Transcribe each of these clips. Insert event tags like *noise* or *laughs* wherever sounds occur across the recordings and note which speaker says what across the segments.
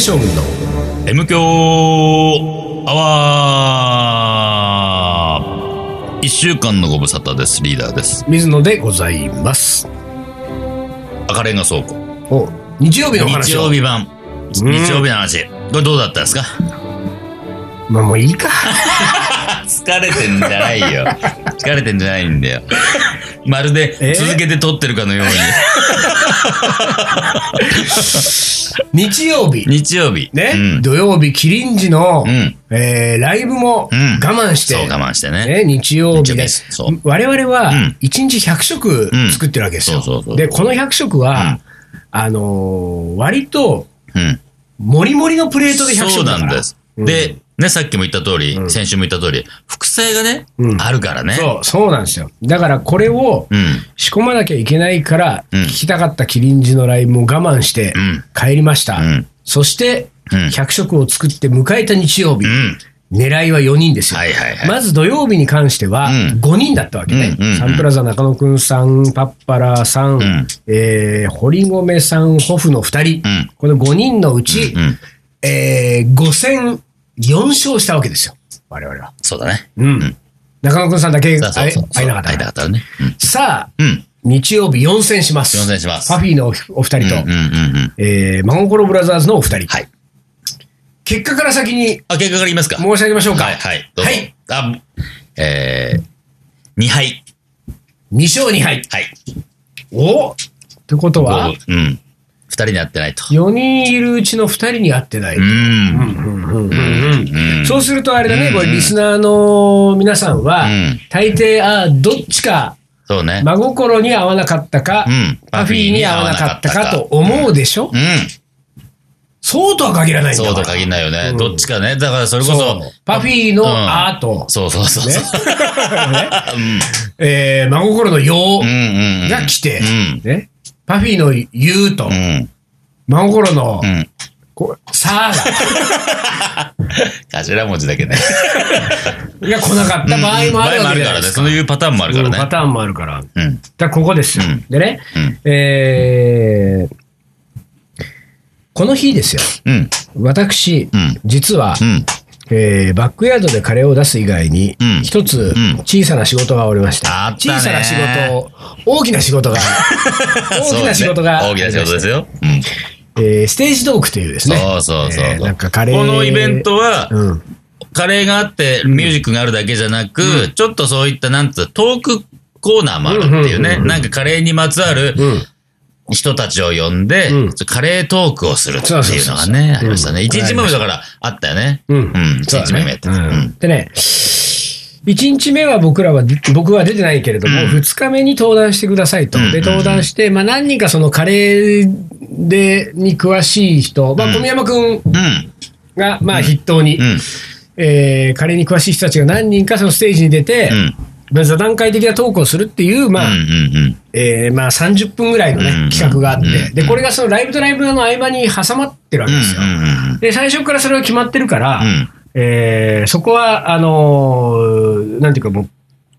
Speaker 1: ションの
Speaker 2: M 強アワー一週間のご無沙汰です。リーダーです。
Speaker 1: 水野でございます。
Speaker 2: 赤レンガ倉庫。
Speaker 1: お日曜日のお
Speaker 2: 日
Speaker 1: 話を
Speaker 2: 曜日版。日曜日の話。これどうだったんですか
Speaker 1: まあもういい
Speaker 2: *laughs*
Speaker 1: か。
Speaker 2: 疲れてんじゃない *laughs* よ。疲れてんじゃないんだよ。まるで
Speaker 1: え
Speaker 2: 続けて撮ってるかのよう
Speaker 1: 日曜日。
Speaker 2: に。日曜日。
Speaker 1: ね、
Speaker 2: うん。
Speaker 1: 土曜日、キリンジの、
Speaker 2: うん
Speaker 1: えーライブも我
Speaker 2: うん
Speaker 1: 慢して、
Speaker 2: そう我慢してね。
Speaker 1: ね、日曜日
Speaker 2: 日曜日で
Speaker 1: です
Speaker 2: そう
Speaker 1: 我々は
Speaker 2: うん
Speaker 1: 1日100食作ってるわけですよ。
Speaker 2: うんそうそうそう
Speaker 1: で、この100食は、あのー割と、
Speaker 2: うん。
Speaker 1: もりもりのプレートで100
Speaker 2: そう
Speaker 1: 食だ
Speaker 2: な
Speaker 1: から
Speaker 2: んです。
Speaker 1: うん
Speaker 2: で、ね、さっきも言った通り、
Speaker 1: ん
Speaker 2: 先週も言った通り、副菜がね、
Speaker 1: うん
Speaker 2: あるからね。
Speaker 1: そう、そうなんですよ。だからこれを
Speaker 2: うん。
Speaker 1: 仕込まなきゃいけないから、
Speaker 2: うん
Speaker 1: 聞きたかったキリンジのライブも我慢して
Speaker 2: うん
Speaker 1: 帰りました。
Speaker 2: うん
Speaker 1: そして、
Speaker 2: うん
Speaker 1: 100食を作って迎えた日曜日、
Speaker 2: うん。
Speaker 1: 狙いは4人ですよ。
Speaker 2: はいはいはい。
Speaker 1: まず土曜日に関しては
Speaker 2: うん
Speaker 1: 5人だったわけね。
Speaker 2: うんうんうん
Speaker 1: サンプラザ中野くんさん、パッパラさん、
Speaker 2: ん
Speaker 1: えー堀米さん、ホフの2人、
Speaker 2: うん
Speaker 1: この5人のうち、
Speaker 2: うん。
Speaker 1: えー5戦4勝したわけですよ。我々は。
Speaker 2: そうだね。
Speaker 1: うん。中野くんさんだけ
Speaker 2: そうそう
Speaker 1: 会え
Speaker 2: そう。
Speaker 1: 会えなかった
Speaker 2: 会え
Speaker 1: か。
Speaker 2: なからったね。
Speaker 1: さあ、
Speaker 2: うん。うん。
Speaker 1: 日曜日4戦します。
Speaker 2: 4戦します
Speaker 1: パフィーのお二人と、
Speaker 2: うんうんうん。
Speaker 1: えーマゴンコロブラザーズのお二人。
Speaker 2: はい。
Speaker 1: 結果から先に
Speaker 2: あ、結果から言いますか。
Speaker 1: 申し上げましょうか。
Speaker 2: はいはい。どうぞ
Speaker 1: はい。
Speaker 2: あ、えー、2杯。
Speaker 1: 2勝2敗。
Speaker 2: はい。
Speaker 1: おってことは
Speaker 2: こ、ううん。2人に会ってないと。
Speaker 1: 4人いるうちの2人に会ってない。
Speaker 2: うーん。
Speaker 1: うんそうするとあれだね、
Speaker 2: うん
Speaker 1: これリスナーの皆さんは、
Speaker 2: うん
Speaker 1: 大抵、ああ、どっちか、
Speaker 2: そうね。
Speaker 1: 真心に合わなかったか、
Speaker 2: うん
Speaker 1: パフィーに合わなかったかと思うでしょ、
Speaker 2: うん。
Speaker 1: そうとは限らないんだ
Speaker 2: そ
Speaker 1: か
Speaker 2: う
Speaker 1: ら。
Speaker 2: と限らないよね。
Speaker 1: うん
Speaker 2: どっちかね。だからそれこ
Speaker 1: そ。
Speaker 2: そう
Speaker 1: パフィーのアート、
Speaker 2: そうそうそう
Speaker 1: ね
Speaker 2: そう。
Speaker 1: えー真心の陽
Speaker 2: うんうんうん。
Speaker 1: が来て、
Speaker 2: うん。
Speaker 1: ね、パフィーの言うと、
Speaker 2: うん。
Speaker 1: 真心の、
Speaker 2: うん。
Speaker 1: こうさあ
Speaker 2: 頭文字だけね。
Speaker 1: が、が来なか *laughs* った場合もあるわけじゃないですか。
Speaker 2: そういうパターンもあるから
Speaker 1: うんパ
Speaker 2: ね。
Speaker 1: ターンもあるから。
Speaker 2: うん。
Speaker 1: だからここですよ。
Speaker 2: うん
Speaker 1: でね、
Speaker 2: うん
Speaker 1: えーこの日ですよ。
Speaker 2: うん。
Speaker 1: 私、
Speaker 2: うん
Speaker 1: 実は、
Speaker 2: うん。
Speaker 1: えーバックヤードでカレーを出す以外に
Speaker 2: うん、
Speaker 1: 一、つ
Speaker 2: うん
Speaker 1: 小さな仕事がおりました。
Speaker 2: あったね
Speaker 1: 小さな仕事を、大きな仕事が、大きな仕事が、
Speaker 2: そうね大きな仕事ですよ。うん。
Speaker 1: えーステージトークというですね。
Speaker 2: そうそうそう
Speaker 1: えーなんかカレー。
Speaker 2: このイベントは、
Speaker 1: うん。
Speaker 2: カレーがあって、ミュージックがあるだけじゃなく、ちょっとそういった、なんつう、トークコーナーもあるってい
Speaker 1: う
Speaker 2: うね。
Speaker 1: んうんうんうん
Speaker 2: なんかカレーにまつわる
Speaker 1: うん。
Speaker 2: 人たちを呼んで、
Speaker 1: うん
Speaker 2: カレートークをするっていうのがね、
Speaker 1: そうそうそうそう
Speaker 2: ありましたね。
Speaker 1: うん
Speaker 2: 一日目もだからあったよね。
Speaker 1: うん
Speaker 2: 一日目もやってた。
Speaker 1: そうだね
Speaker 2: うん
Speaker 1: でね、1日目は僕らは、僕は出てないけれども、
Speaker 2: うん
Speaker 1: 2日目に登壇してくださいと。
Speaker 2: うん
Speaker 1: で、登壇して、まあ何人かそのカレーで、に詳しい人、ま
Speaker 2: う
Speaker 1: あ
Speaker 2: ん
Speaker 1: 小宮山くん
Speaker 2: うん。
Speaker 1: が、まあ筆頭に、
Speaker 2: うん。
Speaker 1: えーカレーに詳しい人たちが何人かそのステージに出て
Speaker 2: う、ん。
Speaker 1: まあ座談会的なトークをするっていう、まあ、
Speaker 2: うん。うん。
Speaker 1: えーまあ30分ぐらいのね
Speaker 2: うん、
Speaker 1: 企画があっ
Speaker 2: う
Speaker 1: て、
Speaker 2: ん
Speaker 1: で、これがそのライブとライブの合間に挟まってるわけですよ。
Speaker 2: うん。
Speaker 1: で、最初からそれは決まってるから、
Speaker 2: うん
Speaker 1: えーそこは、あのーなんていうかもう、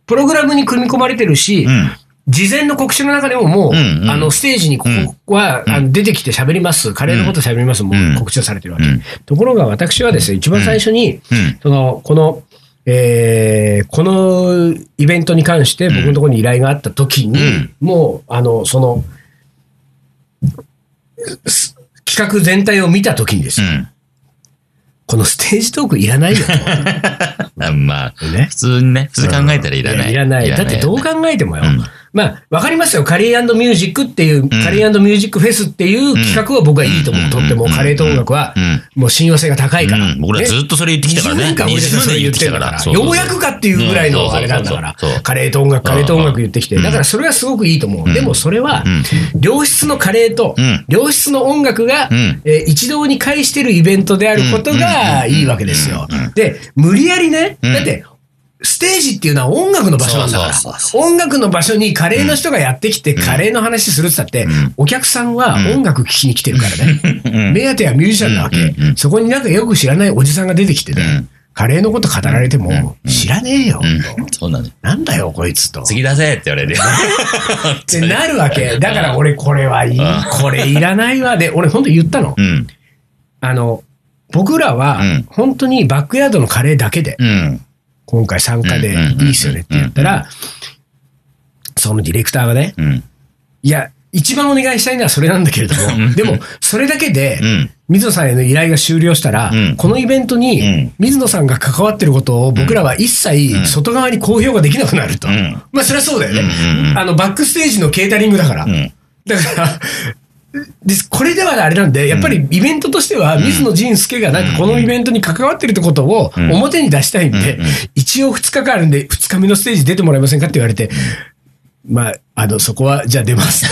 Speaker 1: プログラムに組み込まれてるし、
Speaker 2: うん。
Speaker 1: 事前の告知の中でももう、
Speaker 2: うんうん
Speaker 1: あの、ステージにここは、あの出てきて喋ります、カレーのこと喋ります、も
Speaker 2: うん
Speaker 1: う告知をされてるわけ。
Speaker 2: うん
Speaker 1: ところが私はですね、一番最初に、
Speaker 2: うん。
Speaker 1: その、この、えーこのイベントに関して僕のところに依頼があった時に、
Speaker 2: うん
Speaker 1: もう、あの、その、す企画全体を見た時にですね、このステージトークいら
Speaker 2: *laughs*
Speaker 1: ないよと。
Speaker 2: うん。まあ、
Speaker 1: ね
Speaker 2: 普通にね、普通に考えたらいらない。
Speaker 1: いらない。だってどう
Speaker 2: よね
Speaker 1: 考えてもよ
Speaker 2: うん。
Speaker 1: まあ、わかりますよ。カレーミュージックっていう、カレーミュージックフェスっていう企画は僕はいいと思
Speaker 2: う
Speaker 1: う。
Speaker 2: ん
Speaker 1: とっても
Speaker 2: うん
Speaker 1: カレーと音楽は
Speaker 2: うん、
Speaker 1: もう信用性が高いから
Speaker 2: う。ん、僕らずっとそれ言ってきたからね。
Speaker 1: 20年間俺たちはそれ言ってたから。ようやくかっていうぐらいのあれなんだから
Speaker 2: そうそうそうそう。
Speaker 1: カレーと音楽、カレーと音楽言ってきて。
Speaker 2: うん
Speaker 1: だからそれはすごくいいと思う。でもそれは
Speaker 2: うん、
Speaker 1: 良質のカレーと
Speaker 2: うん、
Speaker 1: 良質の音楽が
Speaker 2: うん、
Speaker 1: えー一堂に会してるイベントであることがいいわけですよ。で、無理やりね、
Speaker 2: うん
Speaker 1: だって、ステージっていうのは音楽の場所なんだから
Speaker 2: そうそうそう、
Speaker 1: 音楽の場所にカレーの人がやってきて、カレーの話するって言ったって、お客さんは音楽聴きに来てるから
Speaker 2: *laughs*
Speaker 1: ね。目当てはミュージシャンなわけ、
Speaker 2: うんうんうん
Speaker 1: そこになんかよく知らないおじさんが出てきてね、
Speaker 2: うん
Speaker 1: カレーのこと語られても、知らねえよ、
Speaker 2: うん、そうなの。
Speaker 1: なんだよ、こいつと。っ
Speaker 2: 次出せって言われるよ。
Speaker 1: てなるわけ。だから俺、これはいい、これいらないわ。で、俺、本当言ったの。
Speaker 2: うん。
Speaker 1: あの、僕らは
Speaker 2: うん、
Speaker 1: 本当にバックヤードのカレーだけで、
Speaker 2: うん。
Speaker 1: 今回参加でいいっすよねって言った
Speaker 2: うんう
Speaker 1: ら、そのディレクターがね、
Speaker 2: うん。
Speaker 1: いや、一番お願いしたいのはそれなんだけれど
Speaker 2: うん
Speaker 1: も、でも、それだけで
Speaker 2: う、ん。
Speaker 1: 水野さんへの依頼が終了したら、
Speaker 2: うん
Speaker 1: このイベント
Speaker 2: う
Speaker 1: に
Speaker 2: ん、
Speaker 1: 水野さんが関わってることを僕らは一切外側に公表ができなくなると。
Speaker 2: うん
Speaker 1: まあ、そりゃそうだよね、
Speaker 2: うんうんうん
Speaker 1: あの、バックステージのケータリングだから。
Speaker 2: うん。
Speaker 1: だから、でこれではあれなんで、やっぱりイベントとしては、水野仁介がなんかこのイベントに関わってるってことを
Speaker 2: ん
Speaker 1: 表に出したいんで、
Speaker 2: うんうん
Speaker 1: 一応2日間あるんで、2日目のステージ出てもらえませんかって言われて、まあ、あの、そこは、じゃあ出
Speaker 2: *laughs*
Speaker 1: ます。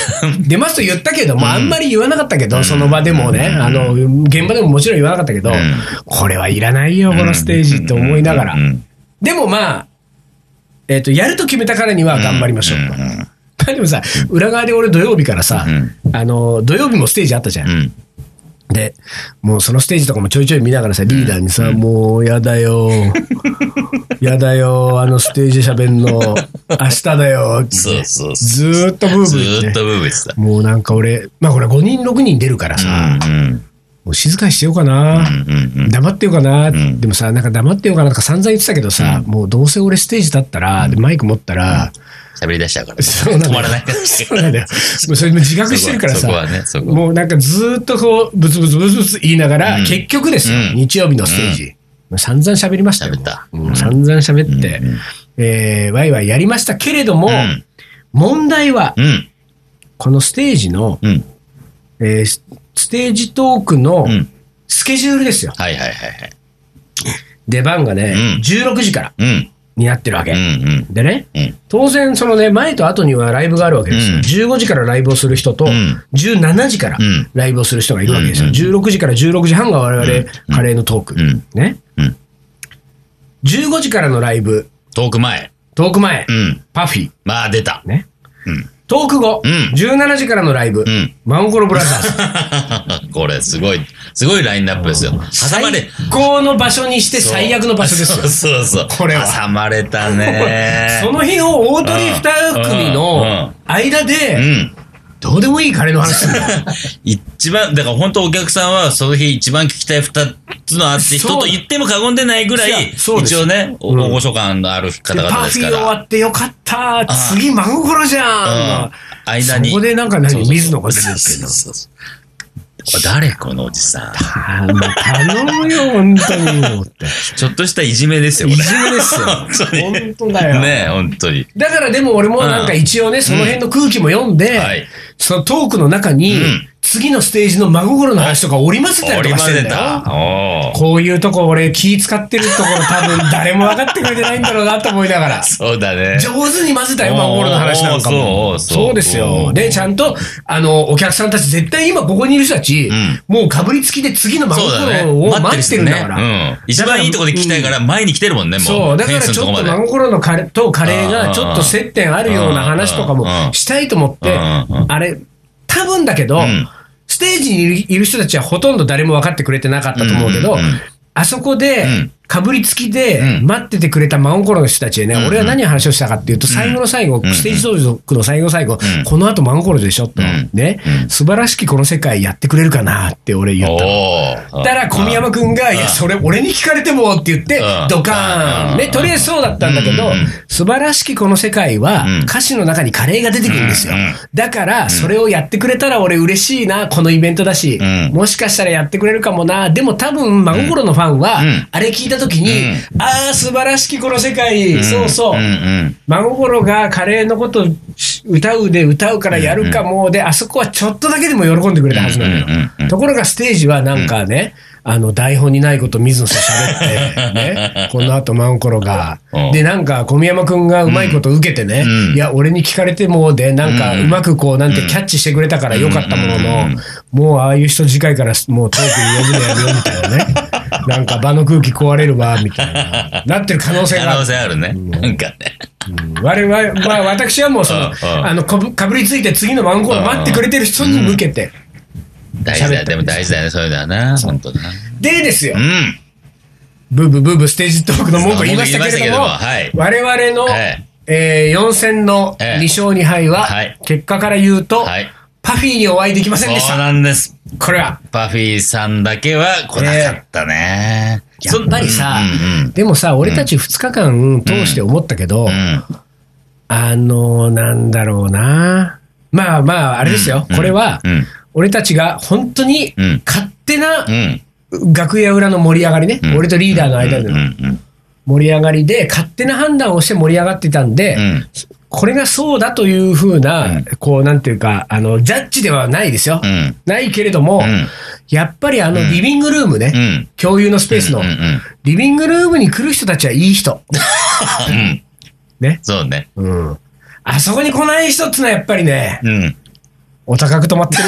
Speaker 1: 出ますと言ったけども、あんまり言わなかったけど、その場でもね、あの、現場でももちろん言わなかったけど
Speaker 2: ん、
Speaker 1: これはいらないよ、このステージって思いながら
Speaker 2: うん。うん
Speaker 1: でもまあ、えっと、やると決めたからには頑張りましょうと。でもさ、裏側で俺土曜日からさ、あの、土曜日もステージあったじゃん。
Speaker 2: うん。
Speaker 1: で、もうそのステージとかもちょいちょい見ながらさ、リーダーにさ、もうやだ
Speaker 2: *laughs*
Speaker 1: よ。やだよ、あのステージ喋んの。明日だよ。って
Speaker 2: そうそうそう。
Speaker 1: ずーっとブー
Speaker 2: ず
Speaker 1: ブー
Speaker 2: ー
Speaker 1: 言っ
Speaker 2: っと
Speaker 1: て。
Speaker 2: ブーブー言ってた。
Speaker 1: もうなんか俺、まあこれ5人6人出るからさ、
Speaker 2: うん
Speaker 1: もう静かにしてようかな。
Speaker 2: うんうん
Speaker 1: 黙ってようかな、
Speaker 2: ん
Speaker 1: でもさ、なんか黙ってようかなとか散々言ってたけどさ、もうどうせ俺ステージ立ったら、でマイク持ったら、
Speaker 2: 喋り出しちゃうから。
Speaker 1: そうなんだ
Speaker 2: 止
Speaker 1: よ
Speaker 2: まらない。
Speaker 1: *laughs* そうなんだよ。もうそれも自覚してるから
Speaker 2: そ
Speaker 1: さ
Speaker 2: こはね、そこは。
Speaker 1: もうなんかずーっとこう、ブツブツブツブツ言いながら、
Speaker 2: うん
Speaker 1: 結局ですよ、
Speaker 2: うん
Speaker 1: 日曜日のステージ。散々喋りましたよ。
Speaker 2: 喋った
Speaker 1: もううん散々喋って、えー、ワイワイやりましたけれども、
Speaker 2: うん
Speaker 1: 問題は、
Speaker 2: うん。
Speaker 1: このステージの、
Speaker 2: うん。
Speaker 1: えースステージトークの
Speaker 2: うん。
Speaker 1: スケジュールですよ。
Speaker 2: はいはいはいはい。
Speaker 1: 出番がね、
Speaker 2: うん
Speaker 1: 16時から
Speaker 2: うん。
Speaker 1: になってるわけ。
Speaker 2: うんうん。
Speaker 1: でね、
Speaker 2: うん
Speaker 1: 当然、そのね、前と後にはライブがあるわけですよ。15時からライブをする人と、
Speaker 2: うん
Speaker 1: 17時から
Speaker 2: うん
Speaker 1: ライブをする人がいるわけですよ。
Speaker 2: うん
Speaker 1: 16時から16時半が我々、カレーのトーク。
Speaker 2: うん
Speaker 1: ね、
Speaker 2: うん
Speaker 1: 15時からのライブ、
Speaker 2: トーク前。
Speaker 1: トーク前、
Speaker 2: うん。
Speaker 1: パフィー、
Speaker 2: まあ出た。
Speaker 1: ね
Speaker 2: うん
Speaker 1: トーク後、
Speaker 2: うん
Speaker 1: 17時からのライブ、
Speaker 2: うん。
Speaker 1: マンコロブラザーズ。
Speaker 2: *laughs* これすごい、すごいラインナップですよ。挟まれ
Speaker 1: 最、高の場所にして最悪の場所ですよ。
Speaker 2: そうそうそう。
Speaker 1: これは
Speaker 2: 挟まれた
Speaker 1: *laughs*
Speaker 2: ね。
Speaker 1: その辺を大鳥二組の間
Speaker 2: う
Speaker 1: で、
Speaker 2: ん。
Speaker 1: どうでもいいカレーの話するの。
Speaker 2: 一番、だから本当お客さんはその日一番聞きたい二つのアーティストと言っても過言でないぐらい、
Speaker 1: いやそうです
Speaker 2: 一応ね、お
Speaker 1: うん
Speaker 2: 大御所感のある方
Speaker 1: でパ
Speaker 2: 々で
Speaker 1: フ
Speaker 2: す
Speaker 1: ィー
Speaker 2: か
Speaker 1: 終わ
Speaker 2: ら。
Speaker 1: ってよかった次真心じゃん、
Speaker 2: うん間に。
Speaker 1: そこでなんか
Speaker 2: そうそう
Speaker 1: 何
Speaker 2: そう
Speaker 1: 水野が出てるけど *laughs*
Speaker 2: そうそうそうこれ誰このおじさん。
Speaker 1: あーもう頼むよ本当にもうって
Speaker 2: ちょっとしたいじめですよ、こ
Speaker 1: い
Speaker 2: れ。
Speaker 1: じめですよ
Speaker 2: *laughs* 本当に
Speaker 1: 本当だよ、
Speaker 2: ねえ、本当に。
Speaker 1: だからでも俺もなんか一応ね、その辺の空気も読んで、
Speaker 2: はい
Speaker 1: そのトークの中に、
Speaker 2: うん
Speaker 1: 次のステージの真心の話とか織り交ぜたりとかしてんだよ
Speaker 2: おー
Speaker 1: こういうとこ俺気使ってるところ多分誰も分かってくれてないんだろうなと思いなが *laughs* ら
Speaker 2: そうだね。
Speaker 1: 上手に混ぜたよ、マンゴールの話なんか
Speaker 2: おーおー
Speaker 1: も。
Speaker 2: そう
Speaker 1: そうです
Speaker 2: お
Speaker 1: よ。
Speaker 2: ー
Speaker 1: で、ちゃんと、あの、お客さんたち、絶対今ここにいる人たち
Speaker 2: ん、
Speaker 1: もうかぶりつきで次のマンゴ
Speaker 2: そうだ
Speaker 1: ー
Speaker 2: ね。
Speaker 1: ルを待ってるんだから。
Speaker 2: ねうん。一番いいとこで聞きたいから、前に来てるもんね、もう。
Speaker 1: そう、だから
Speaker 2: フェンス
Speaker 1: ち
Speaker 2: の
Speaker 1: ょ
Speaker 2: と
Speaker 1: っ
Speaker 2: ことま
Speaker 1: マン
Speaker 2: で
Speaker 1: ゴロのカレとカレー
Speaker 2: うん
Speaker 1: がちょっと接点あるような話とかも
Speaker 2: うん
Speaker 1: したいと思っ
Speaker 2: う
Speaker 1: て、
Speaker 2: ん
Speaker 1: あれ、多分だけど
Speaker 2: ん、
Speaker 1: ステージにいるいる人たちはほとんど誰も分かってくれてなかったと思うけど
Speaker 2: うんうんうん、
Speaker 1: あそこで
Speaker 2: ん、
Speaker 1: かぶりつきで
Speaker 2: うん
Speaker 1: 待っててくれた真心の人たちへね、俺は何を話をしたかっていうと、最後の最後、ステージ当時の最後の最後、
Speaker 2: ん
Speaker 1: この後真心でしょと、
Speaker 2: ん
Speaker 1: ね、素晴らしきこの世界やってくれるかなって俺言ったの。
Speaker 2: おー
Speaker 1: だから小宮山君が、い
Speaker 2: うん
Speaker 1: や、それ俺に聞かれてもって言って
Speaker 2: うん、
Speaker 1: ドカー
Speaker 2: うん
Speaker 1: ン。ね、とりあえずそうだったんだけ
Speaker 2: う
Speaker 1: ど
Speaker 2: んうん、
Speaker 1: 素晴らしきこの世界は
Speaker 2: うん
Speaker 1: 歌詞の中にカレーが出てくるんですよ
Speaker 2: うんうん。
Speaker 1: だから、それをやってくれたら俺嬉しいな、このイベントだし
Speaker 2: うん、
Speaker 1: もしかしたらやってくれるかもな。でも多分、真心のファンは
Speaker 2: うん、
Speaker 1: あれ聞いた時
Speaker 2: う
Speaker 1: に
Speaker 2: ん、
Speaker 1: あー、素晴らしきこの世
Speaker 2: う
Speaker 1: 界、
Speaker 2: ん
Speaker 1: そうそう
Speaker 2: う。んうん。
Speaker 1: 真心がカレーのこと歌うで歌うからやるかもで、あそこはちょっとだけでも喜んでくれたはずなのよ
Speaker 2: うんうんうんうん。
Speaker 1: ところがステージはなんかね、あの台本にないこと水野さん喋って、 *laughs* ね、この後真心が
Speaker 2: うん。
Speaker 1: で、なんか小宮山くんがうまいこと受けてね、
Speaker 2: うん
Speaker 1: いや、俺に聞かれてもで、なんかうまくこうなんてキャッチしてくれたからよかったものの、もうああいう人次回からもうトークに呼ぶのやめようみたいなね。なんか場の空気壊れるわ、みたいな。なってる可能性があ
Speaker 2: 可
Speaker 1: る
Speaker 2: 能。性あるね。なんかね。
Speaker 1: 我々、まあ私はもうそ
Speaker 2: うんうん
Speaker 1: の、あの、こぶかぶりついて次のワンコール待ってくれてる人に向けて。
Speaker 2: 大事だ
Speaker 1: 喋
Speaker 2: よ。
Speaker 1: った
Speaker 2: でも大事だよね、そういうのはな。本当だな。
Speaker 1: でですよ
Speaker 2: う、ん。
Speaker 1: ブーブーブーブーステージトークの文句を言いましたけれども、
Speaker 2: 文句言いましたけれども
Speaker 1: 我々の、
Speaker 2: はい
Speaker 1: え4戦の
Speaker 2: ええ
Speaker 1: 2勝2敗は
Speaker 2: はい、
Speaker 1: 結果から言うと、
Speaker 2: はい
Speaker 1: パフィーにお会いできませんでし
Speaker 2: そう
Speaker 1: た。
Speaker 2: なんです。
Speaker 1: これは。
Speaker 2: パフィーさんだけは来なかったね。
Speaker 1: やっぱりさ
Speaker 2: うんうん
Speaker 1: でもさ、俺たち2日間通して思ったけど、
Speaker 2: うん
Speaker 1: あのなんだろうな。まあまあ、あれですよ。
Speaker 2: うん
Speaker 1: これは
Speaker 2: う、ん
Speaker 1: 俺たちが本当に
Speaker 2: うん
Speaker 1: 勝手な
Speaker 2: うん
Speaker 1: 楽屋裏の盛り上がりね。
Speaker 2: うん
Speaker 1: 俺とリーダーの間
Speaker 2: うんう
Speaker 1: で
Speaker 2: ん
Speaker 1: の盛り上がりで、勝手な判断をして盛り上がってたんで、
Speaker 2: うん
Speaker 1: これがそうだというふうな、
Speaker 2: うん
Speaker 1: こう、なんていうか、あの、ジャッジではないですよ。
Speaker 2: うん
Speaker 1: ないけれども、
Speaker 2: うん
Speaker 1: やっぱりあの、
Speaker 2: うん
Speaker 1: リビングルームね、
Speaker 2: うん
Speaker 1: 共有のスペースの、
Speaker 2: うんうんうん
Speaker 1: リビングルームに来る人たちはいい人。
Speaker 2: うん
Speaker 1: ね。
Speaker 2: そうね。
Speaker 1: うん。あそこに来ない人ってのはやっぱりね、
Speaker 2: うん。
Speaker 1: お高く止まって
Speaker 2: *laughs*
Speaker 1: る。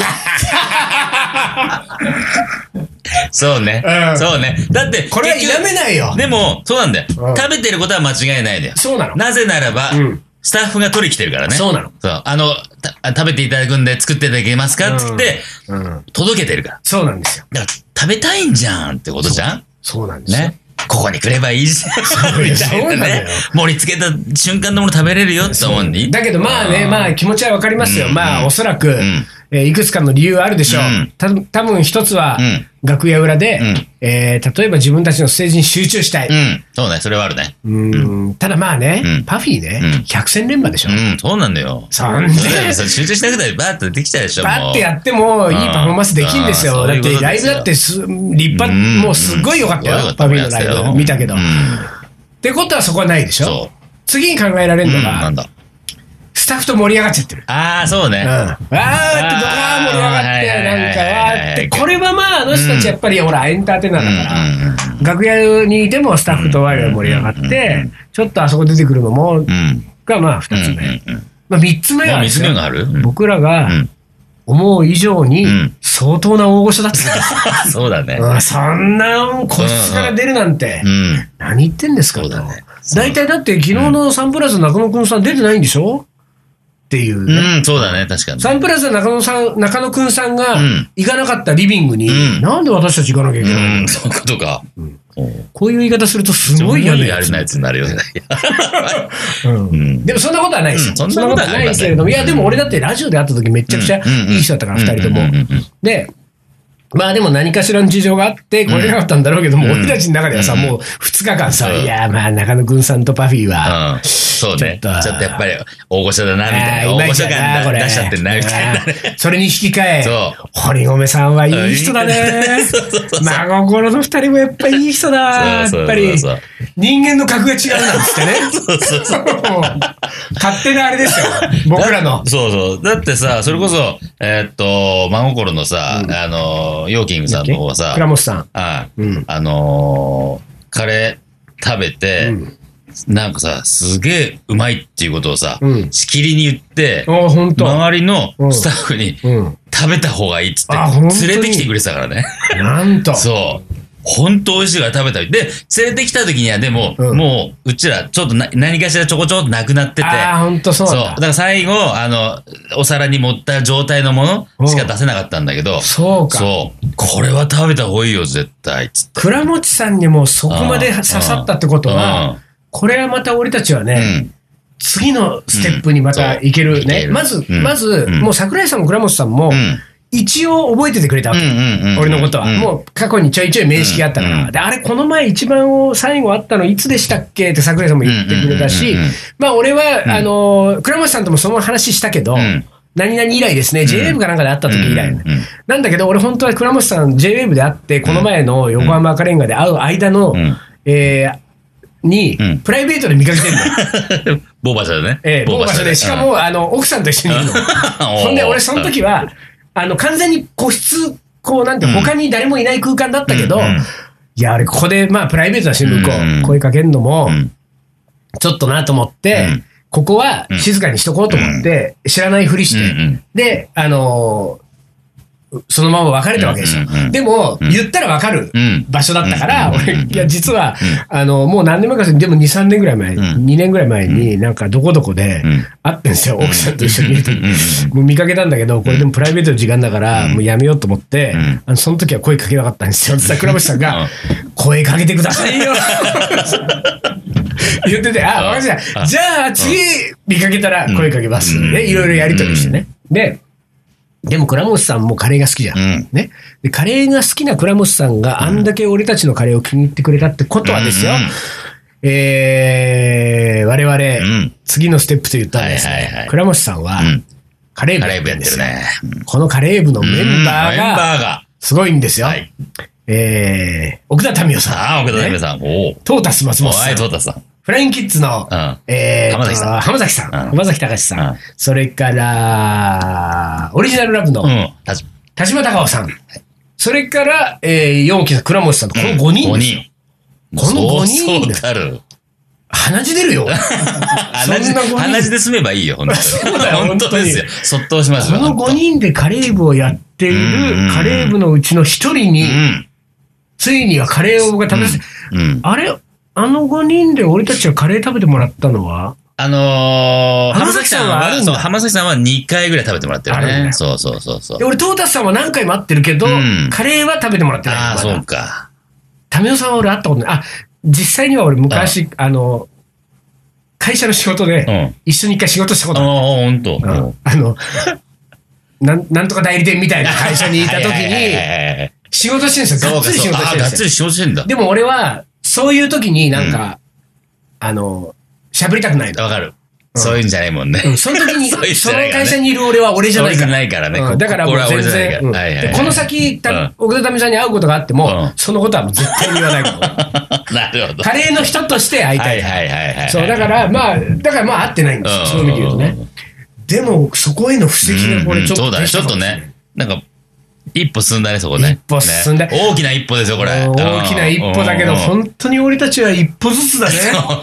Speaker 2: そうね
Speaker 1: う。ん
Speaker 2: そうね。だって、
Speaker 1: これは否
Speaker 2: 結局
Speaker 1: めないよ。
Speaker 2: でも、そうなんだよ。
Speaker 1: うん
Speaker 2: 食べてることは間違いないだよ。
Speaker 1: そうなの。
Speaker 2: なぜならば、
Speaker 1: うん
Speaker 2: スタッフが取り来てるからね。
Speaker 1: そうなの。
Speaker 2: そう。あの、たあ食べていただくんで作っていただけますかって言って、
Speaker 1: うん。
Speaker 2: 届けてるから。
Speaker 1: そうなんですよ。
Speaker 2: だから、食べたいんじゃんってことじゃん
Speaker 1: そうなんですよ。
Speaker 2: ね。ここに来ればいいじゃん。みた
Speaker 1: そう
Speaker 2: い
Speaker 1: な
Speaker 2: な
Speaker 1: のよ
Speaker 2: ね。 *laughs* 盛り付けた瞬間のもの食べれるよって思うんで。
Speaker 1: だけどまあね、まあ気持ちはわかりますよ。
Speaker 2: うん
Speaker 1: まあおそらく、
Speaker 2: ん
Speaker 1: えーいくつかの理由あるでしょう。
Speaker 2: うん
Speaker 1: た多分一つは、
Speaker 2: うん
Speaker 1: 楽屋裏で、
Speaker 2: うん
Speaker 1: えー例えば自分たちのステージに集中したい。
Speaker 2: うん。そうね。それはあるね。
Speaker 1: うーんただまあね、
Speaker 2: うん
Speaker 1: パフィーね、
Speaker 2: うん
Speaker 1: 百戦錬磨でしょ。
Speaker 2: うん。そうなんだよ。
Speaker 1: そんで
Speaker 2: そうだよそう集中しなくてバーッとできちゃうでしょ。
Speaker 1: バ
Speaker 2: も
Speaker 1: ッ
Speaker 2: う
Speaker 1: てやってもいいパフォーマンスできんですよ。
Speaker 2: うん
Speaker 1: だっ
Speaker 2: そういう
Speaker 1: て
Speaker 2: こと
Speaker 1: ライ
Speaker 2: で
Speaker 1: ブ
Speaker 2: すよ
Speaker 1: だってす立派、
Speaker 2: うん
Speaker 1: もうすっごい良かったよ。
Speaker 2: うん
Speaker 1: パフィーのライブ
Speaker 2: よ
Speaker 1: 見たけど。
Speaker 2: うん
Speaker 1: ってことはそこはないでしょ
Speaker 2: そ。
Speaker 1: 次に考えられ
Speaker 2: う。う
Speaker 1: る
Speaker 2: ん。
Speaker 1: の
Speaker 2: な
Speaker 1: が、
Speaker 2: んだ。
Speaker 1: スタッフと盛り上がっちゃってる。
Speaker 2: ああ、そうね
Speaker 1: うん。。わーってドカーン盛り上がって、
Speaker 2: あー
Speaker 1: なんか
Speaker 2: はい
Speaker 1: わ
Speaker 2: はいはいはい
Speaker 1: ーって。これはまああの人たちやっぱりほらエンターテイナーだから。
Speaker 2: うんうん
Speaker 1: 楽屋にいてもスタッフとワイワイ盛り上がって、ちょっとあそこ出てくるのも、
Speaker 2: うん。
Speaker 1: がまあ二つ目。まあ三つ目
Speaker 2: もう
Speaker 1: はで
Speaker 2: 水
Speaker 1: す
Speaker 2: 分
Speaker 1: ね、
Speaker 2: がある
Speaker 1: 僕らが
Speaker 2: うん
Speaker 1: 思う以上に
Speaker 2: うん
Speaker 1: 相当な大御所だったんです
Speaker 2: そうだね。
Speaker 1: うんそんな個室から出るなんて
Speaker 2: う、ん。
Speaker 1: 何言ってんですかと
Speaker 2: そうだね
Speaker 1: 大体だって昨日のサンプラザ中野くんさん出てないんでしょっていうね。
Speaker 2: うん、そうだね。確かに。
Speaker 1: サンプラザ中野さん、中野くんさんが
Speaker 2: うん
Speaker 1: 行かなかったリビングに、
Speaker 2: うん
Speaker 1: なんで私たち行かなきゃいけないの、
Speaker 2: うん、そういうことか。
Speaker 1: こういう言い方するとす
Speaker 2: す
Speaker 1: ご
Speaker 2: ご
Speaker 1: い
Speaker 2: い
Speaker 1: 嫌
Speaker 2: や
Speaker 1: な
Speaker 2: りな
Speaker 1: やつ。
Speaker 2: やつになるよね。
Speaker 1: うん
Speaker 2: うん。
Speaker 1: でもそんなことはないですよ、
Speaker 2: うんそんなことはない
Speaker 1: そんけれども、いや、でも
Speaker 2: うん
Speaker 1: 俺だってラジオで会った時めちゃくちゃ
Speaker 2: うん
Speaker 1: いい人だったから、二人とも
Speaker 2: うんうんうんうん。
Speaker 1: で、まあでも何かしらの事情があって、来れなかったんだろうけども、
Speaker 2: うん
Speaker 1: 俺たちの中ではさ、
Speaker 2: うん
Speaker 1: もう二日間さ、
Speaker 2: うん
Speaker 1: いや、まあ中野くんさんとパフィーは、
Speaker 2: うんそうね。
Speaker 1: ち
Speaker 2: ち
Speaker 1: ょ
Speaker 2: ょ
Speaker 1: っと
Speaker 2: っとやっぱり大御所だな、みた
Speaker 1: あー
Speaker 2: いな。
Speaker 1: いま
Speaker 2: 大
Speaker 1: い
Speaker 2: 御
Speaker 1: ち
Speaker 2: 所
Speaker 1: だな
Speaker 2: 感
Speaker 1: これ
Speaker 2: 出しちゃってんな、みたいなね。
Speaker 1: あーそれに引き換え
Speaker 2: そう、
Speaker 1: 堀米さんはいい人だ
Speaker 2: う
Speaker 1: ね
Speaker 2: ん。そうそうそう
Speaker 1: 真心の二人もやっぱいい人だわ。や
Speaker 2: そうそうそう
Speaker 1: っぱり
Speaker 2: そう、
Speaker 1: 人間の格が違うなんつってね。
Speaker 2: そうそうそう。
Speaker 1: もう勝手なあれです
Speaker 2: *laughs*
Speaker 1: よ。僕らの
Speaker 2: だ。そうそう。だってさ、それこそ、えーっと、真心のさ、あの、ヨーキングさんの方はさ、
Speaker 1: 倉本さん。
Speaker 2: あ
Speaker 1: うん
Speaker 2: あのーカレー食べて、
Speaker 1: うん
Speaker 2: なんかさ、すげえうまいっていうことをさ、
Speaker 1: うん
Speaker 2: しきりに言って、
Speaker 1: あ、本当。
Speaker 2: 周りの
Speaker 1: うん
Speaker 2: スタッフに
Speaker 1: うん。
Speaker 2: 食べた方がいいっつって
Speaker 1: あ本当に、
Speaker 2: 連れてきてくれてたか
Speaker 1: *laughs*
Speaker 2: らね。
Speaker 1: なんと。
Speaker 2: そう。本当美味しいから食べたい。で、連れてきた時にはでも、
Speaker 1: うん
Speaker 2: もう、うちら、ちょっとな何かしらちょこちょこっとなくなってて、
Speaker 1: ああ、本当そう
Speaker 2: そう。
Speaker 1: な
Speaker 2: だ
Speaker 1: ん
Speaker 2: か
Speaker 1: だ。
Speaker 2: ら最後、あの、お皿に盛った状態のものしか出せなかったんだけど、
Speaker 1: そうか。
Speaker 2: そう。これは食べた方がいいよ、絶対。つって。
Speaker 1: 倉持さんにもそこまで刺さったってこと
Speaker 2: う
Speaker 1: は
Speaker 2: ん、
Speaker 1: これはまた俺たちは
Speaker 2: う
Speaker 1: ね、
Speaker 2: ん。
Speaker 1: 次のステップにまたいける
Speaker 2: う
Speaker 1: ね。
Speaker 2: ん
Speaker 1: まず
Speaker 2: い、ける
Speaker 1: まず
Speaker 2: う、ん
Speaker 1: もう桜井さんも倉本さんも
Speaker 2: う、ん。
Speaker 1: 一応覚えててくれたわけ。俺のことは、
Speaker 2: う
Speaker 1: もう過去にちょいちょい名識があったから、
Speaker 2: うん
Speaker 1: であれこの前一番を最後あったのいつでしたっけって桜井さんも言ってくれたし、
Speaker 2: うんうんうんうん
Speaker 1: まあ俺は、あのー倉持さんともその話したけど、
Speaker 2: ん
Speaker 1: 何々以来ですね、JWAVE かなんかで会った時以来、
Speaker 2: うんうんうん
Speaker 1: なんだけど俺本当は倉持さん JWAVE で会ってこの前の横浜赤レンガで会う間の、
Speaker 2: うん
Speaker 1: えーに、
Speaker 2: うん
Speaker 1: プライベートで見かけてるの。
Speaker 2: *laughs* 某場所でね。
Speaker 1: ええ某場所で、しか、も、あの、奥さんと一緒にいるの。 *laughs* ほんで、俺、その時は、あの、完全に個室、こう、なんて、
Speaker 2: うん
Speaker 1: 他に誰もいない空間だったけど、
Speaker 2: うんうん
Speaker 1: いや、あれ、ここで、まあ、プライベートだし、向こ
Speaker 2: うんうん
Speaker 1: う、声かけるのも
Speaker 2: う、ん
Speaker 1: ちょっとなと思って
Speaker 2: うん、
Speaker 1: ここは静かにしとこうと思って、知らないふりし
Speaker 2: うんう
Speaker 1: て
Speaker 2: ん、
Speaker 1: で、あのー、そのまま別れたわけですよ
Speaker 2: うんうんう。ん
Speaker 1: でも、
Speaker 2: うん
Speaker 1: 言ったらわかる
Speaker 2: うん
Speaker 1: 場所だったから、
Speaker 2: うんうんうん
Speaker 1: 俺、いや、実は
Speaker 2: うん、
Speaker 1: あの、もう何年前か忘れて、でも2、3年ぐらい前、
Speaker 2: ん
Speaker 1: 2年ぐらい前に、なんかどこどこで
Speaker 2: うん
Speaker 1: 会ってんですよ、奥さんと一緒にいる時
Speaker 2: うんうん
Speaker 1: もう見かけたんだけど、これでもプライベートの時間だから、もうやめようと思って、
Speaker 2: ん
Speaker 1: あのその時は声かけなかったんですよ。桜橋さんが、声かけてください
Speaker 2: *laughs*
Speaker 1: よ *laughs* 言ってて、あ、わかりました。
Speaker 2: うん
Speaker 1: じゃあ次見かけたら声かけます。
Speaker 2: うん
Speaker 1: ね、いろいろやりとりしてね。で、でも倉本さんもカレーが好きじゃん。
Speaker 2: うん
Speaker 1: ね。で、カレーが好きな倉本さんがあんだけ俺たちのカレーを気に入ってくれたってことはですよ。
Speaker 2: うんうん
Speaker 1: えー、我々、
Speaker 2: うん
Speaker 1: 次のステップと言ったんです
Speaker 2: はいはいはい
Speaker 1: 倉本さんは、
Speaker 2: うん
Speaker 1: カレー部
Speaker 2: カレ
Speaker 1: や
Speaker 2: ー
Speaker 1: っ
Speaker 2: 部
Speaker 1: て
Speaker 2: や
Speaker 1: るん
Speaker 2: っ
Speaker 1: で
Speaker 2: て
Speaker 1: す
Speaker 2: る
Speaker 1: よ。
Speaker 2: ね。
Speaker 1: このカレー部のメ
Speaker 2: うん
Speaker 1: ンバー
Speaker 2: メン
Speaker 1: が、
Speaker 2: バーが。
Speaker 1: すごいんですよ。
Speaker 2: はい
Speaker 1: えー、奥田民生さん、
Speaker 2: ああ、奥田民生さん。おお。
Speaker 1: トータス松本
Speaker 2: お
Speaker 1: さ
Speaker 2: い、
Speaker 1: ん、
Speaker 2: トータスさん。
Speaker 1: フラインキッズの、
Speaker 2: うん。
Speaker 1: えーと、
Speaker 2: 浜崎さん
Speaker 1: 浜崎さん。
Speaker 2: うん
Speaker 1: 浜崎隆さん。
Speaker 2: うん
Speaker 1: それから、オリジナルラブの
Speaker 2: うん。たち
Speaker 1: 田島隆夫さん。それから、えー、4期の倉本さんと、この5人
Speaker 2: 五
Speaker 1: ですよ。
Speaker 2: 人。
Speaker 1: この五人
Speaker 2: そうそうたる。
Speaker 1: 鼻血出るよ。そ
Speaker 2: *laughs* 鼻血、
Speaker 1: んな五人
Speaker 2: 鼻血で済めばいいよ、本当に。
Speaker 1: そうだよ
Speaker 2: 本当ですよ。そっとします
Speaker 1: こ
Speaker 2: よ。
Speaker 1: の5人でカレー部をやってい
Speaker 2: うん
Speaker 1: る、カレー部のうちの1人に、
Speaker 2: 本
Speaker 1: ついにはカレーを僕が食べさせ、
Speaker 2: 当。うん。うん。
Speaker 1: あれあの5人で俺たちはカレー食べてもらったのは
Speaker 2: あのー、
Speaker 1: 浜崎さんはあるんだ
Speaker 2: そう浜崎さんは2回ぐらい食べてもらってる
Speaker 1: あるんだ
Speaker 2: ね。そうそうそうそう
Speaker 1: で。俺、トータスさんは何回も会ってるけど、
Speaker 2: うん
Speaker 1: カレーは食べてもらってない。
Speaker 2: ああ、
Speaker 1: まだ
Speaker 2: そうか。
Speaker 1: タミオさんは俺会ったことない。あ、実際には俺昔、あの、会社の仕事で
Speaker 2: う、ん。
Speaker 1: 一緒に一回仕事したこ
Speaker 2: あ
Speaker 1: とある。
Speaker 2: あ、ほんと。
Speaker 1: うんあの、なん、なんとか代理店みたいな会社にいた時
Speaker 2: はいはいはい
Speaker 1: に、
Speaker 2: はいはい
Speaker 1: 仕事してるんですよ。
Speaker 2: そ
Speaker 1: がっ
Speaker 2: うか、
Speaker 1: つり
Speaker 2: そ
Speaker 1: 仕事
Speaker 2: うか。
Speaker 1: して
Speaker 2: ああ、
Speaker 1: るん
Speaker 2: がっ
Speaker 1: です
Speaker 2: つ
Speaker 1: よ。
Speaker 2: り仕事してんだ。
Speaker 1: でも俺は、そういう時になんか、あの、喋りたくないの。
Speaker 2: わかる。そういうんじゃないもんね。
Speaker 1: うんその時に、
Speaker 2: *laughs* そういう
Speaker 1: そ
Speaker 2: 人
Speaker 1: の
Speaker 2: じゃないから
Speaker 1: 会
Speaker 2: ね
Speaker 1: 社にいる俺は俺じゃないから。
Speaker 2: ないからね。
Speaker 1: うんだからもう
Speaker 2: ここは
Speaker 1: 全
Speaker 2: 俺じゃない
Speaker 1: 然、
Speaker 2: からはいはい
Speaker 1: うん
Speaker 2: は
Speaker 1: で
Speaker 2: い
Speaker 1: この先、
Speaker 2: う
Speaker 1: た
Speaker 2: ん
Speaker 1: 奥田民さんに会うことがあって
Speaker 2: う
Speaker 1: も
Speaker 2: ん、
Speaker 1: そのことはもう絶対に言わない
Speaker 2: *laughs*
Speaker 1: から。
Speaker 2: *laughs* なるほど。
Speaker 1: カレーの人として会いた
Speaker 2: はいい
Speaker 1: から。
Speaker 2: はいはいはい。
Speaker 1: そう、だか
Speaker 2: うん、
Speaker 1: ら、まあ、だからまあ、合ってないんですよ、正直言うとね。でも、そこへの布石がこ
Speaker 2: う
Speaker 1: れ、
Speaker 2: ん
Speaker 1: ちょっと、
Speaker 2: そうだね、ちょっとね。。なんか、一歩進んだね、そこね。
Speaker 1: 一歩進んだ
Speaker 2: ね大きな一歩ですよ、これ。うん
Speaker 1: 大きな一歩だけど、
Speaker 2: うん
Speaker 1: 本当に俺たちは一歩ずつだね。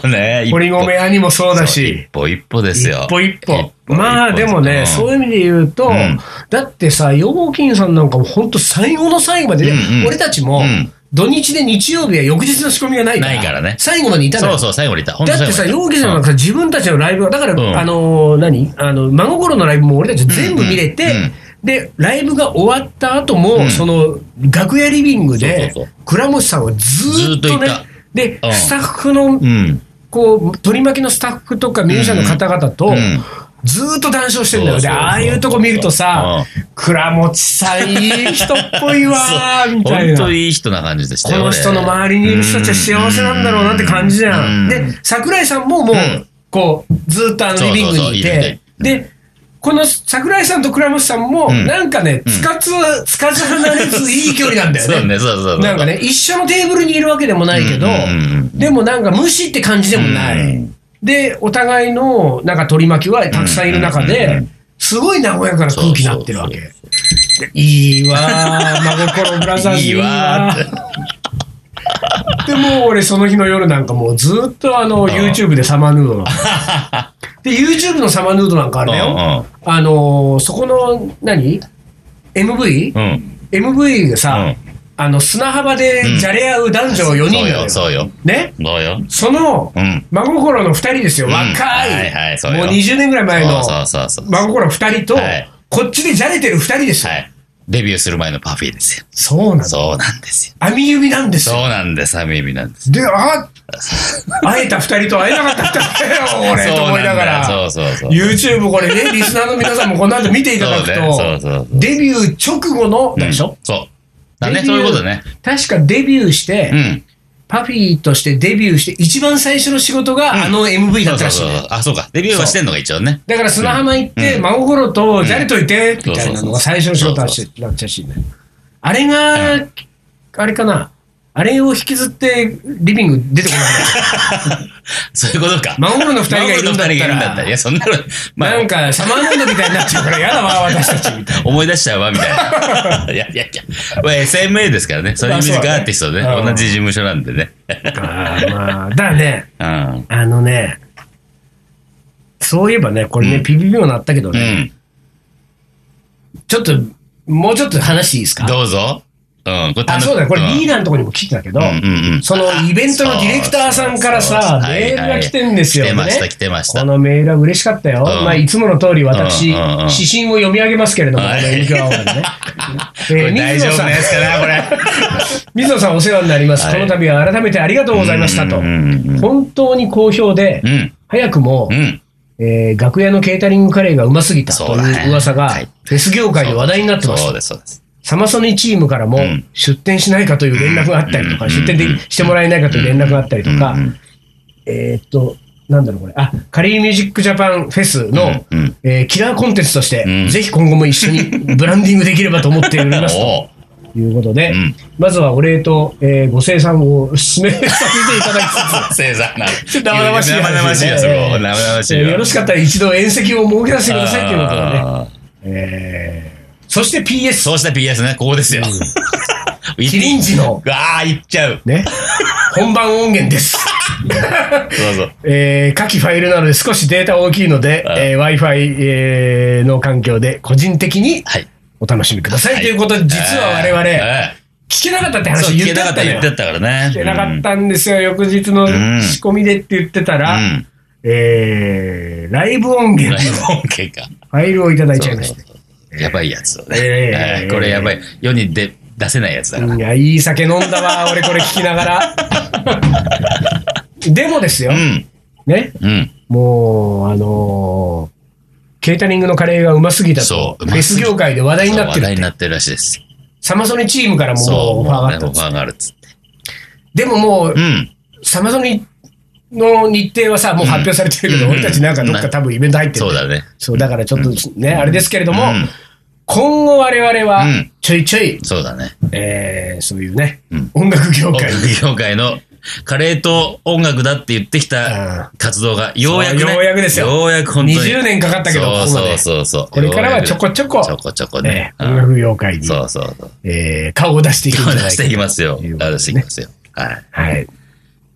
Speaker 2: そうね。
Speaker 1: *laughs* 堀
Speaker 2: 一歩
Speaker 1: 米屋にもそうだ
Speaker 2: そう
Speaker 1: し
Speaker 2: 一。歩一歩ですよ。
Speaker 1: 一歩一
Speaker 2: 一
Speaker 1: 歩。
Speaker 2: 歩
Speaker 1: まあ、
Speaker 2: 一歩
Speaker 1: でもね、
Speaker 2: す
Speaker 1: そ
Speaker 2: よ
Speaker 1: ういう意味で言うと
Speaker 2: ん、
Speaker 1: だってさ、ヨゴキンさんなんかも本当最後の最後までね
Speaker 2: うんう、ん
Speaker 1: 俺たちも
Speaker 2: うん、
Speaker 1: 土日で日曜日は翌日の仕込みがないから。
Speaker 2: ないからね
Speaker 1: 最後までいたの
Speaker 2: そ
Speaker 1: よ
Speaker 2: うそう、最後にいた。本当
Speaker 1: だってさ、
Speaker 2: 最後
Speaker 1: 陽
Speaker 2: に
Speaker 1: 気
Speaker 2: い
Speaker 1: さ
Speaker 2: た
Speaker 1: んなんかさ自分たちのライブは、だから、
Speaker 2: うん
Speaker 1: あのー何あの、真心のライブも俺たち全部見れて、
Speaker 2: うんうんうん
Speaker 1: で、ライブが終わった後も、
Speaker 2: ん
Speaker 1: その、楽屋リビングで、
Speaker 2: そうそうそう
Speaker 1: 倉本さんはずーっとね
Speaker 2: ずーっといた、
Speaker 1: で、
Speaker 2: うん
Speaker 1: スタッフの、
Speaker 2: うん。
Speaker 1: こう、取り巻きのスタッフとかミュージシャンの方々と、
Speaker 2: うんうん
Speaker 1: ずーっと談笑してんだよ。
Speaker 2: そう
Speaker 1: で、
Speaker 2: そうそう
Speaker 1: ああいうとこ見るとさ、倉本さんいい人っぽいわ
Speaker 2: *laughs*
Speaker 1: ー、みたい
Speaker 2: 本
Speaker 1: な。
Speaker 2: 当いい人な感じでした
Speaker 1: こ
Speaker 2: よ
Speaker 1: の人の周りにいる人たちは幸せなんだろうなって感じじゃん。
Speaker 2: う
Speaker 1: で
Speaker 2: ん、
Speaker 1: 桜井さんももう
Speaker 2: うん、
Speaker 1: こう、ずっとあのリビングにい
Speaker 2: そうそうそういるね
Speaker 1: て、で、この桜井さんと倉本さんも、
Speaker 2: ん
Speaker 1: なんかね、つかつ、つかず離れずいい距離なんだ
Speaker 2: *laughs* そう
Speaker 1: よね。
Speaker 2: ね、そうそうそう。
Speaker 1: なんかね、一緒のテーブルにいるわけでもないけど
Speaker 2: うんうんうん、
Speaker 1: でもなんか無視って感じでもな
Speaker 2: う
Speaker 1: い。で、お互いの、なんか取り巻きはたくさんいる中
Speaker 2: うんうんう
Speaker 1: で
Speaker 2: ん、
Speaker 1: すごい和やかな空気になってるわけ。でいい
Speaker 2: *laughs*
Speaker 1: わー、真心ブラザーズい
Speaker 2: いい
Speaker 1: い
Speaker 2: わ
Speaker 1: わ
Speaker 2: ー
Speaker 1: ー
Speaker 2: っ。て。
Speaker 1: でもう俺その日の夜なんかもうずっとあの YouTube でサマーヌードの。で YouTube のサマーヌードなんかあれだ
Speaker 2: うん
Speaker 1: よ。あのーそこの何 ?MV?MV
Speaker 2: うん。
Speaker 1: が
Speaker 2: う
Speaker 1: さ
Speaker 2: ん、
Speaker 1: あの砂浜でじゃれ合う男女4人
Speaker 2: そう
Speaker 1: だよ
Speaker 2: よ、。そうよ。
Speaker 1: ね
Speaker 2: どうよ。
Speaker 1: その
Speaker 2: うん。
Speaker 1: 真心の2人ですよ。
Speaker 2: うん
Speaker 1: 若
Speaker 2: はい
Speaker 1: い
Speaker 2: はいそうよ
Speaker 1: もう20年ぐらい前の
Speaker 2: そう
Speaker 1: 真
Speaker 2: そうそうそう。
Speaker 1: 心2人と
Speaker 2: はい
Speaker 1: こっちでじゃれてる2人ですよ
Speaker 2: は。い。デビューする前のパフィーですよ。
Speaker 1: そうなの。
Speaker 2: そうなんですよ。
Speaker 1: 網指なんです
Speaker 2: そう
Speaker 1: よ。
Speaker 2: なんです、サミーミなんです。
Speaker 1: で、あ会えた2人と会えなかった2人だ
Speaker 2: *laughs*
Speaker 1: よ、俺、と思いながら。
Speaker 2: そうそうそう。
Speaker 1: YouTube これね、リスナーの皆さんもこの後見ていただく
Speaker 2: *laughs* そうねそうそう
Speaker 1: と、
Speaker 2: そう
Speaker 1: デビュー直後の、でしょ
Speaker 2: そう。だ
Speaker 1: デ
Speaker 2: ね、
Speaker 1: ビュー
Speaker 2: そういうことね。
Speaker 1: 確かデビューして、
Speaker 2: うん。
Speaker 1: パフィーとしてデビューして、一番最初の仕事があの MV だったらしいね、
Speaker 2: そうそうそうあ、そうか。デビューはしてんのが一応ね。
Speaker 1: だから砂浜行って、真心とじゃれといて、みたいなのが最初の仕事だ
Speaker 2: そう
Speaker 1: ったらしいね。あれが、あれかな。あれを引きずってリビング出てこない。
Speaker 2: そういうことか。
Speaker 1: 真心の二人がいるんだったら
Speaker 2: 真心の二人がいるんだったらいや、そ
Speaker 1: *laughs*
Speaker 2: んなの、 *laughs* まあ
Speaker 1: なんか、サマーモンドみたいになっちゃうから嫌だ
Speaker 2: *laughs*
Speaker 1: わ、私たち、みたいな。
Speaker 2: 思い出しちゃうわ、みたいな。いや *laughs* いやいや。まあ SMA ですからね。それミュージックアーティストでね。
Speaker 1: あそうだね
Speaker 2: 同じ事務所なんでね。
Speaker 1: あーまあ、だからね、
Speaker 2: うん。
Speaker 1: あのね、そういえばね、これね、
Speaker 2: うん
Speaker 1: ピピピもなったけど
Speaker 2: う
Speaker 1: ね、
Speaker 2: ん。
Speaker 1: ちょっと、もうちょっと話していいですか
Speaker 2: どうぞ。うん。これ
Speaker 1: あ、そうだよ、これリーダ
Speaker 2: ダ
Speaker 1: ーのとこにも来てたけど、
Speaker 2: うんうんうん
Speaker 1: そのイベントのディレクターさんからさ、
Speaker 2: *laughs* そうそうそう
Speaker 1: メールが来てんですよ、ね
Speaker 2: はいはい来てました来てました
Speaker 1: このメールは嬉しかったよ。まあ、いつもの通り私、
Speaker 2: うんうんうん
Speaker 1: 指針を読み上げますけれども、この
Speaker 2: はい
Speaker 1: NK アワーでね。
Speaker 2: *laughs* こ
Speaker 1: えー
Speaker 2: れ大
Speaker 1: 水
Speaker 2: 丈
Speaker 1: 野
Speaker 2: 夫
Speaker 1: さん
Speaker 2: なやつかな、これ。
Speaker 1: 水野さんお世話になります。
Speaker 2: はい
Speaker 1: この度は *laughs* 改めてありがとうございましたと
Speaker 2: うんうんうんう。ん
Speaker 1: 本当に好評で
Speaker 2: う、ん。
Speaker 1: 早くも
Speaker 2: う、ん。
Speaker 1: ええー楽屋のケータリングカレーがうますぎた
Speaker 2: そ
Speaker 1: と
Speaker 2: うだね
Speaker 1: いう噂が、
Speaker 2: はい
Speaker 1: フェス業界で話題になってまし
Speaker 2: そう
Speaker 1: た。
Speaker 2: です、そうです。
Speaker 1: サマソニチームからも
Speaker 2: うん
Speaker 1: 出店しないかという連絡があったりとか、
Speaker 2: うん
Speaker 1: 出店でしてもらえないかという連絡があったりとか、
Speaker 2: うん
Speaker 1: えーっと、なんだろうこれ、あ、カリーミュージックジャパンフェスの、
Speaker 2: うんうん
Speaker 1: えーキラーコンテンツとして、
Speaker 2: うん
Speaker 1: ぜひ今後も一緒
Speaker 2: *laughs*
Speaker 1: にブランディングできればと思っておりますと
Speaker 2: おう
Speaker 1: いうことで、
Speaker 2: うん
Speaker 1: まずはお礼と、えーご清算を進めさせていただきつつ、
Speaker 2: 正座な。 *laughs*
Speaker 1: 生々しい話
Speaker 2: 生々しいよ、それも。生々しい
Speaker 1: えーよろしかったら一度宴席を設けさせてくださいということでね。
Speaker 2: あー
Speaker 1: えーそして PS、
Speaker 2: そうした PS ね、ここですよ。 *laughs*
Speaker 1: キリンジの、
Speaker 2: ああ、いっちゃう。 *laughs*
Speaker 1: ね、本番音源です。 *laughs*
Speaker 2: そうそう。
Speaker 1: えー下記ファイルなので少しデータ大きいので、
Speaker 2: あ
Speaker 1: えー Wi-Fi、えーの環境で個人的に
Speaker 2: はい。
Speaker 1: お楽しみください、ということで、実は我々、
Speaker 2: え
Speaker 1: 聞けなかったって
Speaker 2: ーそう、
Speaker 1: 話
Speaker 2: 聞
Speaker 1: 言
Speaker 2: け
Speaker 1: って
Speaker 2: なか
Speaker 1: たの
Speaker 2: った
Speaker 1: よ
Speaker 2: 言ってたからね。
Speaker 1: 聞けなかっ
Speaker 2: った
Speaker 1: んですよ、翌日の
Speaker 2: うん
Speaker 1: 仕込みでって言ってたら、
Speaker 2: うん。
Speaker 1: えーライブ音
Speaker 2: *laughs*
Speaker 1: 源の
Speaker 2: 本家か。
Speaker 1: ファイルをいただいちゃいました。
Speaker 2: そうそうやばいやつをね。
Speaker 1: えー
Speaker 2: えーこれやばい。世に出出せないやつだから。
Speaker 1: いや、いい酒飲んだわ、俺これ聞きなが
Speaker 2: *laughs*
Speaker 1: ら。でもですよ、
Speaker 2: うん。
Speaker 1: ね、
Speaker 2: うん。
Speaker 1: もう、あのーケータリングのカレーがうますぎたと
Speaker 2: そ、う
Speaker 1: フェス業界で話題になって
Speaker 2: そう話
Speaker 1: るっ
Speaker 2: 題
Speaker 1: て
Speaker 2: になってるらしいです。
Speaker 1: サマソニチームからももう
Speaker 2: そう。
Speaker 1: オファーがあったんで
Speaker 2: もうね
Speaker 1: す
Speaker 2: オファーがあるっつって。
Speaker 1: でももう
Speaker 2: う、ん。
Speaker 1: サマソニの日程はさ、もう発表されてるけど、
Speaker 2: うん
Speaker 1: 俺たちなんかどっか多分イベント入ってる
Speaker 2: そう。だね。
Speaker 1: そう、だからちょっとね、あれですけれども
Speaker 2: うん、
Speaker 1: 今後我々は
Speaker 2: うん、
Speaker 1: ちょいちょい、
Speaker 2: そうだね。
Speaker 1: えーそういうね
Speaker 2: うん、
Speaker 1: 音楽業
Speaker 2: 音
Speaker 1: 界
Speaker 2: 楽業界のカレーと音楽だって言ってきた活動がようやく、ね、
Speaker 1: そうようやくですよ
Speaker 2: ようやく本当に。
Speaker 1: 20年かかったけどここま
Speaker 2: そ
Speaker 1: で
Speaker 2: うそうそうそう。
Speaker 1: これからはちょこちょこ
Speaker 2: ちょこちょこ
Speaker 1: ね
Speaker 2: ね。、
Speaker 1: 音楽業界
Speaker 2: うん
Speaker 1: に、
Speaker 2: そうそうそう。
Speaker 1: えー顔を出していくんじゃ
Speaker 2: 出
Speaker 1: ない
Speaker 2: していきますよ。
Speaker 1: ということでね
Speaker 2: 出していきますよ。はい。
Speaker 1: はい。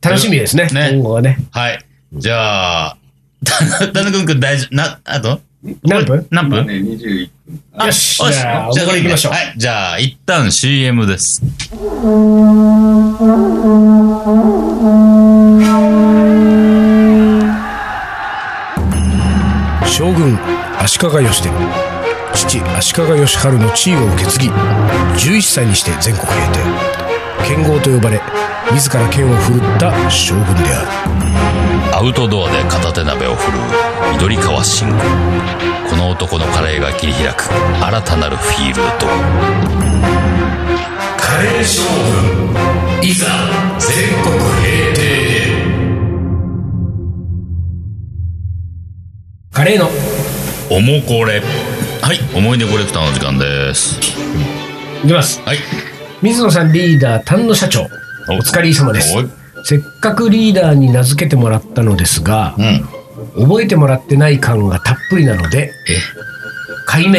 Speaker 1: 楽しみですね、
Speaker 2: ね
Speaker 1: 今後はね。
Speaker 2: はい。じゃあ、た田中君大丈夫、な、あと
Speaker 1: 何分
Speaker 2: 何分
Speaker 3: ね、21
Speaker 1: よし
Speaker 2: よ
Speaker 1: じゃあ
Speaker 2: じゃ
Speaker 1: これ行きましょう
Speaker 2: はい。じゃあ、一旦 CM です。
Speaker 4: 将軍足利義で父足利義晴の地位を受け継ぎ11歳にして全国平定剣豪と呼ばれ自ら剣を振るった将軍である
Speaker 2: アウトドアで片手鍋を振るう緑川慎吾この男のカレーが切り開く新たなるフィールドカレー将軍いざ全国平定
Speaker 1: カレーの。
Speaker 2: おもこれはい思い出コレクターの時間です
Speaker 1: いきます。
Speaker 2: はい
Speaker 1: 水野さんリーダー、丹野社長。
Speaker 2: お
Speaker 1: お疲れ様です
Speaker 2: おい。
Speaker 1: せっかくリーダーに名付けてもらったのですが
Speaker 2: う、ん
Speaker 1: 覚えてもらってない感がたっぷりなので、
Speaker 2: え
Speaker 1: 解明、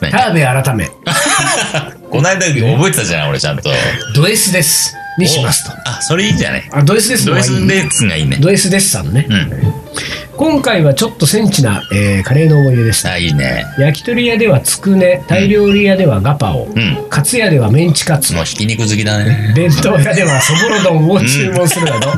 Speaker 2: 何
Speaker 1: ターベ改め、
Speaker 2: この間覚えてたじゃん俺ちゃんと
Speaker 1: ド S ですにしますと。
Speaker 2: あそれいいじゃね
Speaker 1: あ、ド S ですの
Speaker 2: ド
Speaker 1: がい
Speaker 2: イ
Speaker 1: い
Speaker 2: ツレッツがいいね
Speaker 1: ド S ですさんね。
Speaker 2: うん
Speaker 1: 今回はちょっとセンチな、えーカレーの思い出です。
Speaker 2: あいいね
Speaker 1: 焼き鳥屋ではつくね、タイ料理屋ではガパオ、
Speaker 2: ん
Speaker 1: カツ屋ではメンチカツ
Speaker 2: も、うひき肉好きだね
Speaker 1: 弁当屋ではそぼろ丼を注文するなど、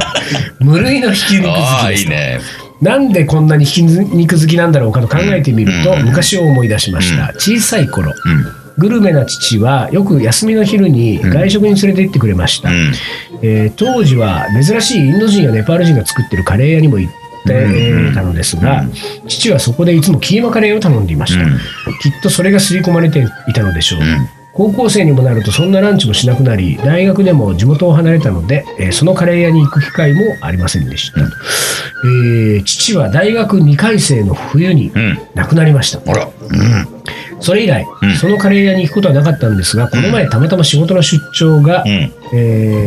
Speaker 1: 無類のひき肉好
Speaker 2: あ
Speaker 1: き
Speaker 2: あ
Speaker 1: で
Speaker 2: いい
Speaker 1: す、
Speaker 2: ね
Speaker 1: なんでこんなにひき肉好きなんだろうかと考えてみると、
Speaker 2: うん
Speaker 1: 昔を思い出しました。小さい頃、
Speaker 2: うん
Speaker 1: グルメな父はよく休みの昼に外食に連れて行ってくれました。
Speaker 2: うん
Speaker 1: えー当時は珍しいインド人やネパール人が作ってるカレー屋にも行って、
Speaker 2: うん
Speaker 1: えーたのですが、父はそこでいつもキーマカレーを頼んでいました、
Speaker 2: うん
Speaker 1: きっとそれが刷り込まれていたのでしょう、
Speaker 2: うん
Speaker 1: 高校生にもなるとそんなランチもしなくなり大学でも地元を離れたので、えーそのカレー屋に行く機会もありませんでした、えー父は大学2回生の冬に
Speaker 2: うん
Speaker 1: 亡くなりました、
Speaker 2: あらうん
Speaker 1: それ以来、
Speaker 2: うん
Speaker 1: そのカレー屋に行くことはなかったんですがこの前たまたま仕事の出張が、
Speaker 2: うん
Speaker 1: え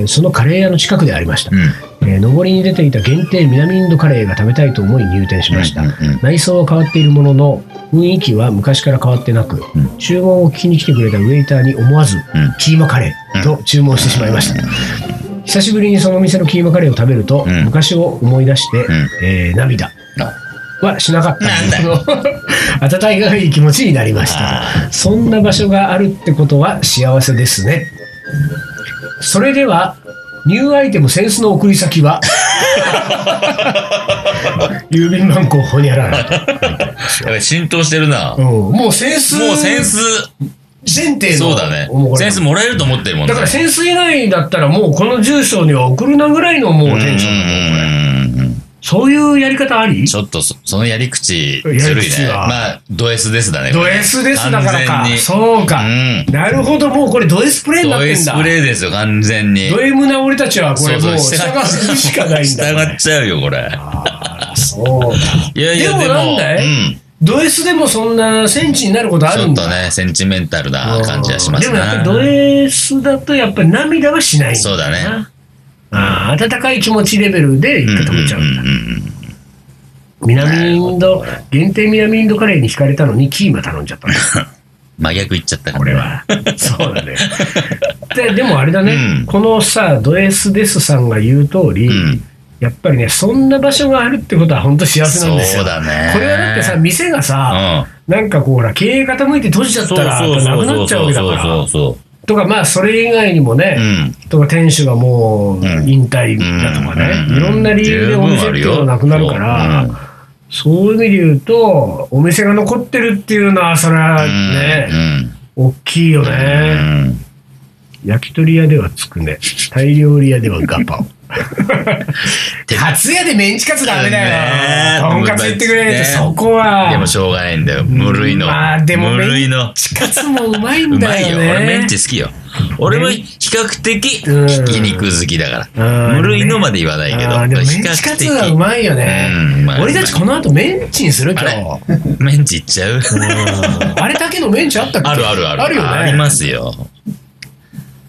Speaker 1: ーそのカレー屋の近くでありました、
Speaker 2: うん
Speaker 1: えー上りに出ていた限定南インドカレーが食べたいと思い入店しました、
Speaker 2: うんうんうん
Speaker 1: 内装は変わっているものの雰囲気は昔から変わってなく、
Speaker 2: うん
Speaker 1: 注文を聞きに来てくれたウェイターに思わず、
Speaker 2: うん
Speaker 1: キーマカレーと注文してしまいました、久しぶりにその店のキーマカレーを食べると、
Speaker 2: うん
Speaker 1: 昔を思い出して、
Speaker 2: ん
Speaker 1: えー涙
Speaker 2: あ
Speaker 1: はしなかった
Speaker 2: なんだよ
Speaker 1: 温かい気持ちになりましたそんな場所があるってことは幸せですねそれではニューアイテムセンスの送り先
Speaker 2: *laughs*
Speaker 1: は郵便番号ほにゃらら、
Speaker 2: やっぱり浸透してるな。
Speaker 1: う
Speaker 2: も
Speaker 1: ん、もうセンス
Speaker 2: うセンス、
Speaker 1: 前提の
Speaker 2: そうだね
Speaker 1: おも。これ
Speaker 2: センスもらえると思ってるもんね。
Speaker 1: だからセンス以外だったらもうこの住所には送るなぐらいのもうテンションだもんこれ
Speaker 2: ン
Speaker 1: そういうやり方あり
Speaker 2: ちょっとそ、そのやり口、ずるい
Speaker 1: やり口
Speaker 2: ね。
Speaker 1: は
Speaker 2: まあ、ド S ですだね。こ
Speaker 1: ド
Speaker 2: れ
Speaker 1: S ですだから
Speaker 2: 完
Speaker 1: か
Speaker 2: 全。に
Speaker 1: そうか、
Speaker 2: うん
Speaker 1: なるほど、もうこれド S プレイになっ
Speaker 2: ド
Speaker 1: てん
Speaker 2: S
Speaker 1: だ。
Speaker 2: プレイですよ、完全に。
Speaker 1: ド M な俺たちはこれもう従うしかないんだ。
Speaker 2: 従っちゃうよ、これ。
Speaker 1: そうか。
Speaker 2: いやいや、
Speaker 1: で
Speaker 2: で
Speaker 1: も
Speaker 2: も、
Speaker 1: なんだい
Speaker 2: うん。
Speaker 1: ド S でもそんなセンチになることあ
Speaker 2: ち
Speaker 1: る
Speaker 2: ょ
Speaker 1: ん
Speaker 2: っ
Speaker 1: だ。
Speaker 2: とね、センチメンタルな感じはします
Speaker 1: でもやっぱりド
Speaker 2: ね。
Speaker 1: S だとやっぱり涙はしないんだな
Speaker 2: そうだね。
Speaker 1: ああ温かい気持ちレベルで
Speaker 2: うんうん
Speaker 1: 固
Speaker 2: うん
Speaker 1: めちゃうんだ。
Speaker 2: うん
Speaker 1: 南インド、限定南インドカレーに惹かれたのにキーマ頼んじゃったんだ。
Speaker 2: 真逆いっちゃったから。
Speaker 1: これ。
Speaker 2: *laughs*
Speaker 1: は。そうだね。 *laughs* ででもあれだね、
Speaker 2: うん
Speaker 1: このさ、ド S ですさんが言う通り、
Speaker 2: うん
Speaker 1: やっぱりね、そんな場所があるってことは本当幸せなんですよ。
Speaker 2: そうだね
Speaker 1: これはだってさ、店がさ、なんかこうほら、経営傾いて閉じちゃったら、
Speaker 2: そう
Speaker 1: な
Speaker 2: そ
Speaker 1: く
Speaker 2: う
Speaker 1: な
Speaker 2: そう
Speaker 1: っちゃう
Speaker 2: そ
Speaker 1: わ
Speaker 2: う
Speaker 1: けだか
Speaker 2: そうそ
Speaker 1: ら
Speaker 2: う。そ
Speaker 1: とか、まあ、それ以外にもね、
Speaker 2: う。うん。
Speaker 1: とか店主がもう
Speaker 2: うん
Speaker 1: 引退だとかね、
Speaker 2: うん
Speaker 1: いろんな理由でお店っていうのがなくなるから、そういう意味で言うと、お店が残ってるっていうのは、それはね、大きいよ
Speaker 2: うん。
Speaker 1: ね。
Speaker 2: うん。
Speaker 1: 焼き鳥屋ではつくね、タイ料理屋ではガパオ。カツ屋でメンチカツダメだよ。とんかつ行ってくれって、
Speaker 2: ね
Speaker 1: そこは。
Speaker 2: でもしょうがないんだよ。無類の。
Speaker 1: まあでも
Speaker 2: 無類
Speaker 1: メ
Speaker 2: の
Speaker 1: ン。チカツもうまいん
Speaker 2: うま
Speaker 1: だ
Speaker 2: いよ。
Speaker 1: よ
Speaker 2: 俺メ
Speaker 1: ね
Speaker 2: ン。チ好きよ。俺も比較的
Speaker 1: うん
Speaker 2: ひき肉好きだから。
Speaker 1: うん
Speaker 2: 無類のまで言わないけ
Speaker 1: あーで
Speaker 2: ど。
Speaker 1: もメ
Speaker 2: 比
Speaker 1: ンチ
Speaker 2: 較
Speaker 1: カツ
Speaker 2: 的。
Speaker 1: はうまいよね
Speaker 2: うんうま。い
Speaker 1: 俺たちこの後メンチにする今
Speaker 2: あれ
Speaker 1: 日。
Speaker 2: メンチいっちゃう
Speaker 1: あれだけのメンチあったっけ
Speaker 2: あるあるある。
Speaker 1: あるよね。
Speaker 2: ありますよ。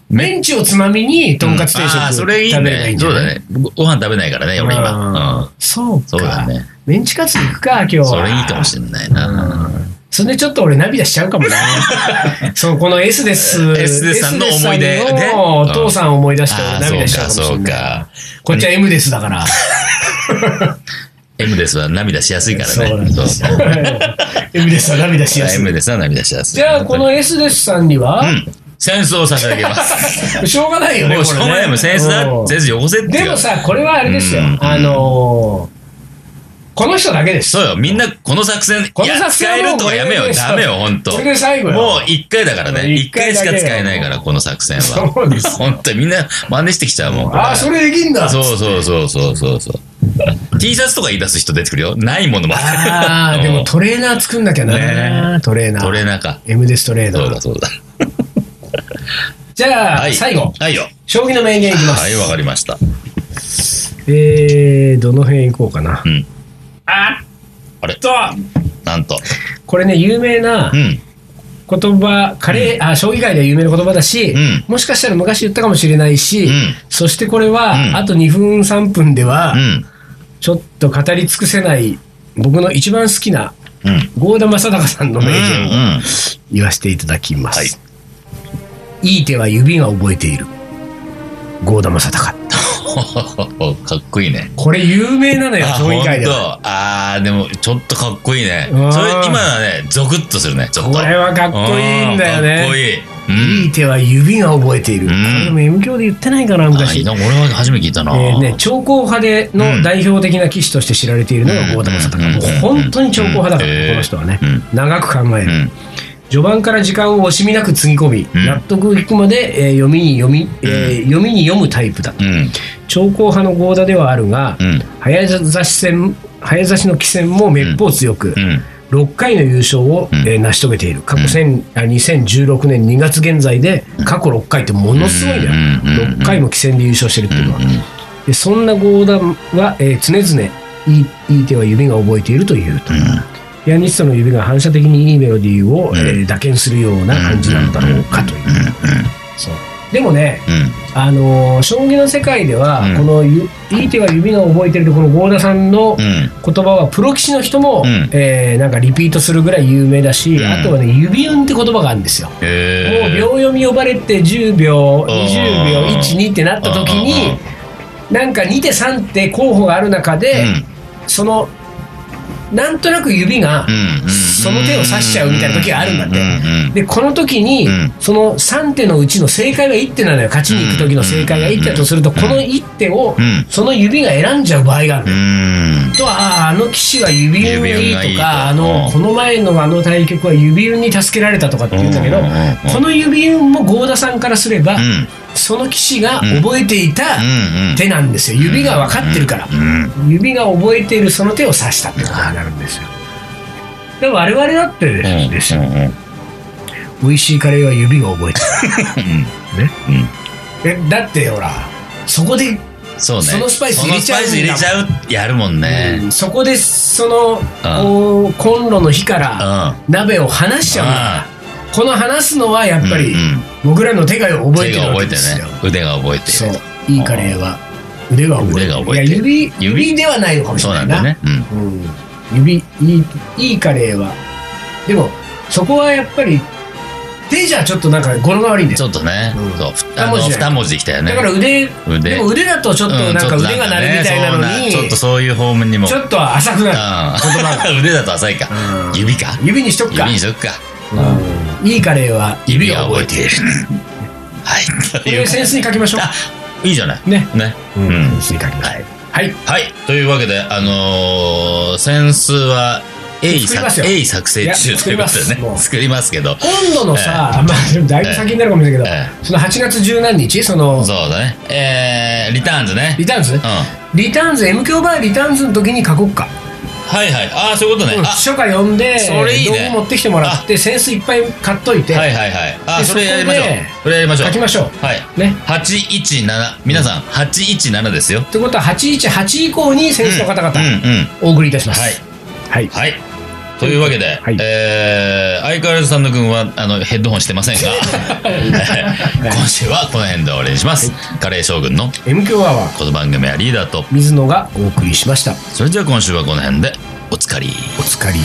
Speaker 1: メンチをつまみに、とんかつ定食食べれ
Speaker 2: あ
Speaker 1: ば
Speaker 2: あ、それいい
Speaker 1: いい
Speaker 2: ね
Speaker 1: ん。じ
Speaker 2: そ
Speaker 1: ゃ
Speaker 2: うだ
Speaker 1: ない
Speaker 2: ね。ごご飯食べないからね、俺今。うん。
Speaker 1: そうか。
Speaker 2: そうだね
Speaker 1: メンチカツ行くか、今日は。
Speaker 2: それいいかもしれないな。
Speaker 1: それでちょっと俺涙しちゃうかもな。
Speaker 2: *laughs*
Speaker 1: そう、この S です。
Speaker 2: S ですさんの思い出
Speaker 1: S ですさん
Speaker 2: ね
Speaker 1: のお父さんを思い出して俺
Speaker 2: ああ、そ
Speaker 1: 涙
Speaker 2: う
Speaker 1: しちゃう
Speaker 2: か、
Speaker 1: かもし
Speaker 2: そ
Speaker 1: れ
Speaker 2: う
Speaker 1: ない。
Speaker 2: か。
Speaker 1: こっちは M ですだから。
Speaker 2: M ですは涙しやすいからね。
Speaker 1: そうなんですよ。M ですは涙しやすい。
Speaker 2: M ですは涙しやすい。
Speaker 1: じゃあ、この S ですさんには
Speaker 2: う、ん。戦争を差し上
Speaker 1: *laughs*
Speaker 2: げます。
Speaker 1: しょうがないよね。
Speaker 2: もうしょうがないもん、センス
Speaker 1: これ
Speaker 2: だ
Speaker 1: ねう、ん
Speaker 2: センスよこせっていう。
Speaker 1: でもさ、これはあれですよ
Speaker 2: うん。
Speaker 1: あのー、この人だけです。
Speaker 2: そうよ、みんなこの作戦、
Speaker 1: この作戦はい
Speaker 2: や使えるとかやめよ
Speaker 1: もうこれ
Speaker 2: う、
Speaker 1: で
Speaker 2: ダメよ、ほんと。
Speaker 1: これで最後よ
Speaker 2: もう一回だからね。
Speaker 1: 一
Speaker 2: 一
Speaker 1: 回
Speaker 2: 回
Speaker 1: だ
Speaker 2: し
Speaker 1: けよ
Speaker 2: か使えないから、この作戦は。
Speaker 1: そうですよ
Speaker 2: ほんと、みんな真似してきちゃうもん。これ
Speaker 1: ああ、それできんだ。
Speaker 2: そうそうそうそうそうそう。T シャツとか言い出す人出てくるよ。ないものも
Speaker 1: あ
Speaker 2: あ *laughs*
Speaker 1: あ、
Speaker 2: る。
Speaker 1: でもトレーナー作んなきゃな、
Speaker 2: ね
Speaker 1: トレーナー。
Speaker 2: トレーナーか。
Speaker 1: M ですトレーナ
Speaker 2: そう
Speaker 1: ー
Speaker 2: だ。そうだ。
Speaker 1: じゃあ、
Speaker 2: はい。
Speaker 1: 最後、
Speaker 2: はいよ。
Speaker 1: 将棋の名言いきます。
Speaker 2: はい、わかりました。
Speaker 1: えー、どの辺行こうかな。
Speaker 2: うん
Speaker 1: あ
Speaker 2: あれ
Speaker 1: っと、
Speaker 2: なんと。
Speaker 1: これね、有名な
Speaker 2: うん。
Speaker 1: 言葉、カレー、あ、将棋界では有名な言葉だし、
Speaker 2: うん
Speaker 1: もしかしたら昔言ったかもしれないし、
Speaker 2: うん
Speaker 1: そしてこれは、
Speaker 2: うん
Speaker 1: あと2分3分では、
Speaker 2: うん。
Speaker 1: ちょっと語り尽くせない、僕の一番好きな、
Speaker 2: うん。
Speaker 1: 郷田正孝さんの
Speaker 2: うん。
Speaker 1: 名
Speaker 2: う
Speaker 1: 言を
Speaker 2: ん。
Speaker 1: 言わせていただきます。
Speaker 2: はいい、
Speaker 1: い手は指が覚えている。郷田正孝。
Speaker 2: ほほほほかっこいいね。
Speaker 1: これ有名なのよ、
Speaker 2: あ、
Speaker 1: 将
Speaker 2: ほん
Speaker 1: 棋界で
Speaker 2: と
Speaker 1: は。。
Speaker 2: あー、でも、ちょっとかっこいいね。それ
Speaker 1: うん、
Speaker 2: 今のはね、ゾクッとするね、ちょっと。
Speaker 1: これはかっこいいんだよね
Speaker 2: うかっこいい。
Speaker 1: いい手は指が覚えている。
Speaker 2: うん
Speaker 1: これでも M 教で言ってないかな、
Speaker 2: うん。あい
Speaker 1: 昔。
Speaker 2: いな俺は初めて聞いたな。
Speaker 1: えーね、長江派で
Speaker 2: う
Speaker 1: の
Speaker 2: ん
Speaker 1: 代表的な棋士として知られているのが郷田正孝。
Speaker 2: うん
Speaker 1: もう本当に長江派だから、
Speaker 2: うん
Speaker 1: この人はね、
Speaker 2: うん
Speaker 1: 長く考え
Speaker 2: う
Speaker 1: る、
Speaker 2: ん。
Speaker 1: 序盤から時間を惜しみなくつぎ込み、
Speaker 2: うん
Speaker 1: 納得いくまで、えー読みに読み、えー読みに読むタイプだ。
Speaker 2: うん。
Speaker 1: 長江派の郷田ではあるが、
Speaker 2: うん。
Speaker 1: 早指し戦早指しの棋戦もめっぽう強く、
Speaker 2: うん。
Speaker 1: 6回の優勝を、
Speaker 2: うん
Speaker 1: えー成し遂げている過去1000、あ2016年2月現在で過去6回ってものすごいね、
Speaker 2: うんうんうんうん
Speaker 1: 6回も棋戦で優勝してるっていうのは、でそんな郷田は、えー常々いいいい手は指が覚えているというと、ピアニストの指が反射的にいいメロディーを、えー打鍵するような感じなんだろうかという,、そうでもね
Speaker 2: うん。
Speaker 1: あのー将棋の世界では、
Speaker 2: うん
Speaker 1: このゆいい手は指が覚えてるとこの郷田さんの
Speaker 2: うん。
Speaker 1: 言葉はプロ棋士の人も、
Speaker 2: うん
Speaker 1: えーなんかリピートするぐらい有名だし、
Speaker 2: うん
Speaker 1: あとはね指運って言葉があるんですよ。もう
Speaker 2: へ
Speaker 1: 秒読み呼ばれて10秒20秒
Speaker 2: うん
Speaker 1: 12ってなった時になんか2手3手候補がある中
Speaker 2: え
Speaker 1: で、そのなんとなく指がその手を指しちゃうみたいな時があるんだって。でこの時に、
Speaker 2: うん
Speaker 1: その3手のうちの正解が1手なのよ勝ちに行く時の正解が1手だとすると、この1手を、
Speaker 2: うん
Speaker 1: その指が選んじゃう場合がある
Speaker 2: う、ん。
Speaker 1: とはあの騎士は指運がいいとか
Speaker 2: 指運がいいと
Speaker 1: あ
Speaker 2: う
Speaker 1: の
Speaker 2: ん
Speaker 1: この前のあの対局は指運に助けられたとかって言うんだけど、
Speaker 2: うんうんうんうん
Speaker 1: この指運も郷田さんからすれば、
Speaker 2: うん。
Speaker 1: その騎士が覚えていた
Speaker 2: うんうん
Speaker 1: 手なんですよ指が分かってるから指が覚えているその手を指したってことになるんですよで我々だってですよ、
Speaker 2: うん
Speaker 1: 美味しいカレーは指が覚えて
Speaker 2: うんうん
Speaker 1: るえだってほらそこで
Speaker 2: そうね
Speaker 1: そのスパイス入れちゃうんだ
Speaker 2: そのスパイス入れちゃうやるもんね
Speaker 1: そこでそのこうコンロの火か
Speaker 2: うん
Speaker 1: ら鍋を離しちゃうこの離すのはやっぱり
Speaker 2: うんうん
Speaker 1: 僕らの手が覚え
Speaker 2: 手
Speaker 1: て
Speaker 2: が
Speaker 1: るわけ
Speaker 2: 覚えて
Speaker 1: ですよ
Speaker 2: ね腕が覚えて
Speaker 1: そういいカレーは腕が覚えて
Speaker 2: 腕が
Speaker 1: る
Speaker 2: 覚えてる
Speaker 1: いや指
Speaker 2: 指
Speaker 1: 指ではないのかもし
Speaker 2: そう
Speaker 1: れな
Speaker 2: ないん
Speaker 1: な
Speaker 2: だねうん
Speaker 1: うん、指いいいいカレーはでもそこはやっぱり手じゃちょっとなんか語呂が悪いんだ
Speaker 2: ち
Speaker 1: よ
Speaker 2: ょっとね、
Speaker 1: うん
Speaker 2: そう
Speaker 1: 二
Speaker 2: あ
Speaker 1: 文
Speaker 2: の
Speaker 1: 字だよ
Speaker 2: 二文字きたよね
Speaker 1: だから腕
Speaker 2: 腕
Speaker 1: でも腕だとちょっとなんか腕が鳴るみたいなのに、
Speaker 2: うんちょっとなんかねそうなちょっとそういう方面にも
Speaker 1: ちょっとは浅くなる、葉
Speaker 2: *laughs* うん、腕だと浅いか、
Speaker 1: うん
Speaker 2: 指か
Speaker 1: 指にしとくか
Speaker 2: 指にしとくか
Speaker 1: うんいいカレーは
Speaker 2: 指が覚えているはい
Speaker 1: これをセンスに書きましょ
Speaker 2: あ
Speaker 1: う
Speaker 2: いいじゃない
Speaker 1: ね
Speaker 2: ね
Speaker 1: うん
Speaker 2: うん
Speaker 1: センスに書きましょうはい、
Speaker 2: はいというわけであのー、扇子は鋭意
Speaker 1: 作りますよ
Speaker 2: 作鋭意作成
Speaker 1: いや
Speaker 2: 中と
Speaker 1: 作
Speaker 2: い
Speaker 1: り
Speaker 2: うこ
Speaker 1: ま
Speaker 2: と
Speaker 1: す
Speaker 2: で
Speaker 1: も
Speaker 2: ね
Speaker 1: う
Speaker 2: 作りますけど
Speaker 1: 今度のさ、まあだいぶ先になるかもしれないけど、
Speaker 2: え
Speaker 1: その8月十何日その
Speaker 2: そうだねえー、リターンズね
Speaker 1: リターンズ、
Speaker 2: うん
Speaker 1: リターンズ M 強バーリターンズの時に書こうか
Speaker 2: はいはいああそういうことね、
Speaker 1: うん
Speaker 2: あ
Speaker 1: 書家読んで
Speaker 2: それいい
Speaker 1: 道
Speaker 2: ね
Speaker 1: 具持ってきてもらってセンスいっぱい買っといて、
Speaker 2: はいはいはいあ
Speaker 1: で
Speaker 2: それやりましょう
Speaker 1: そこで
Speaker 2: それやりましょう
Speaker 1: 書きましょ
Speaker 2: はいう
Speaker 1: ね
Speaker 2: 817皆さん817ですよ
Speaker 1: ってことは818以降にセンスの方々、
Speaker 2: うんうん
Speaker 1: お送りいたしますはい、
Speaker 2: はいというわけで、
Speaker 1: はい
Speaker 2: えー相変わらずサンド君はあのヘッドホンしてませ
Speaker 1: *laughs*
Speaker 2: んが *laughs* 今週はこの辺で終わりにします、カレー将軍の
Speaker 1: M 強アワー
Speaker 2: この番組はリーダーと
Speaker 1: 水野がお送りしました
Speaker 2: それでは今週はこの辺でおつかり
Speaker 1: おつかり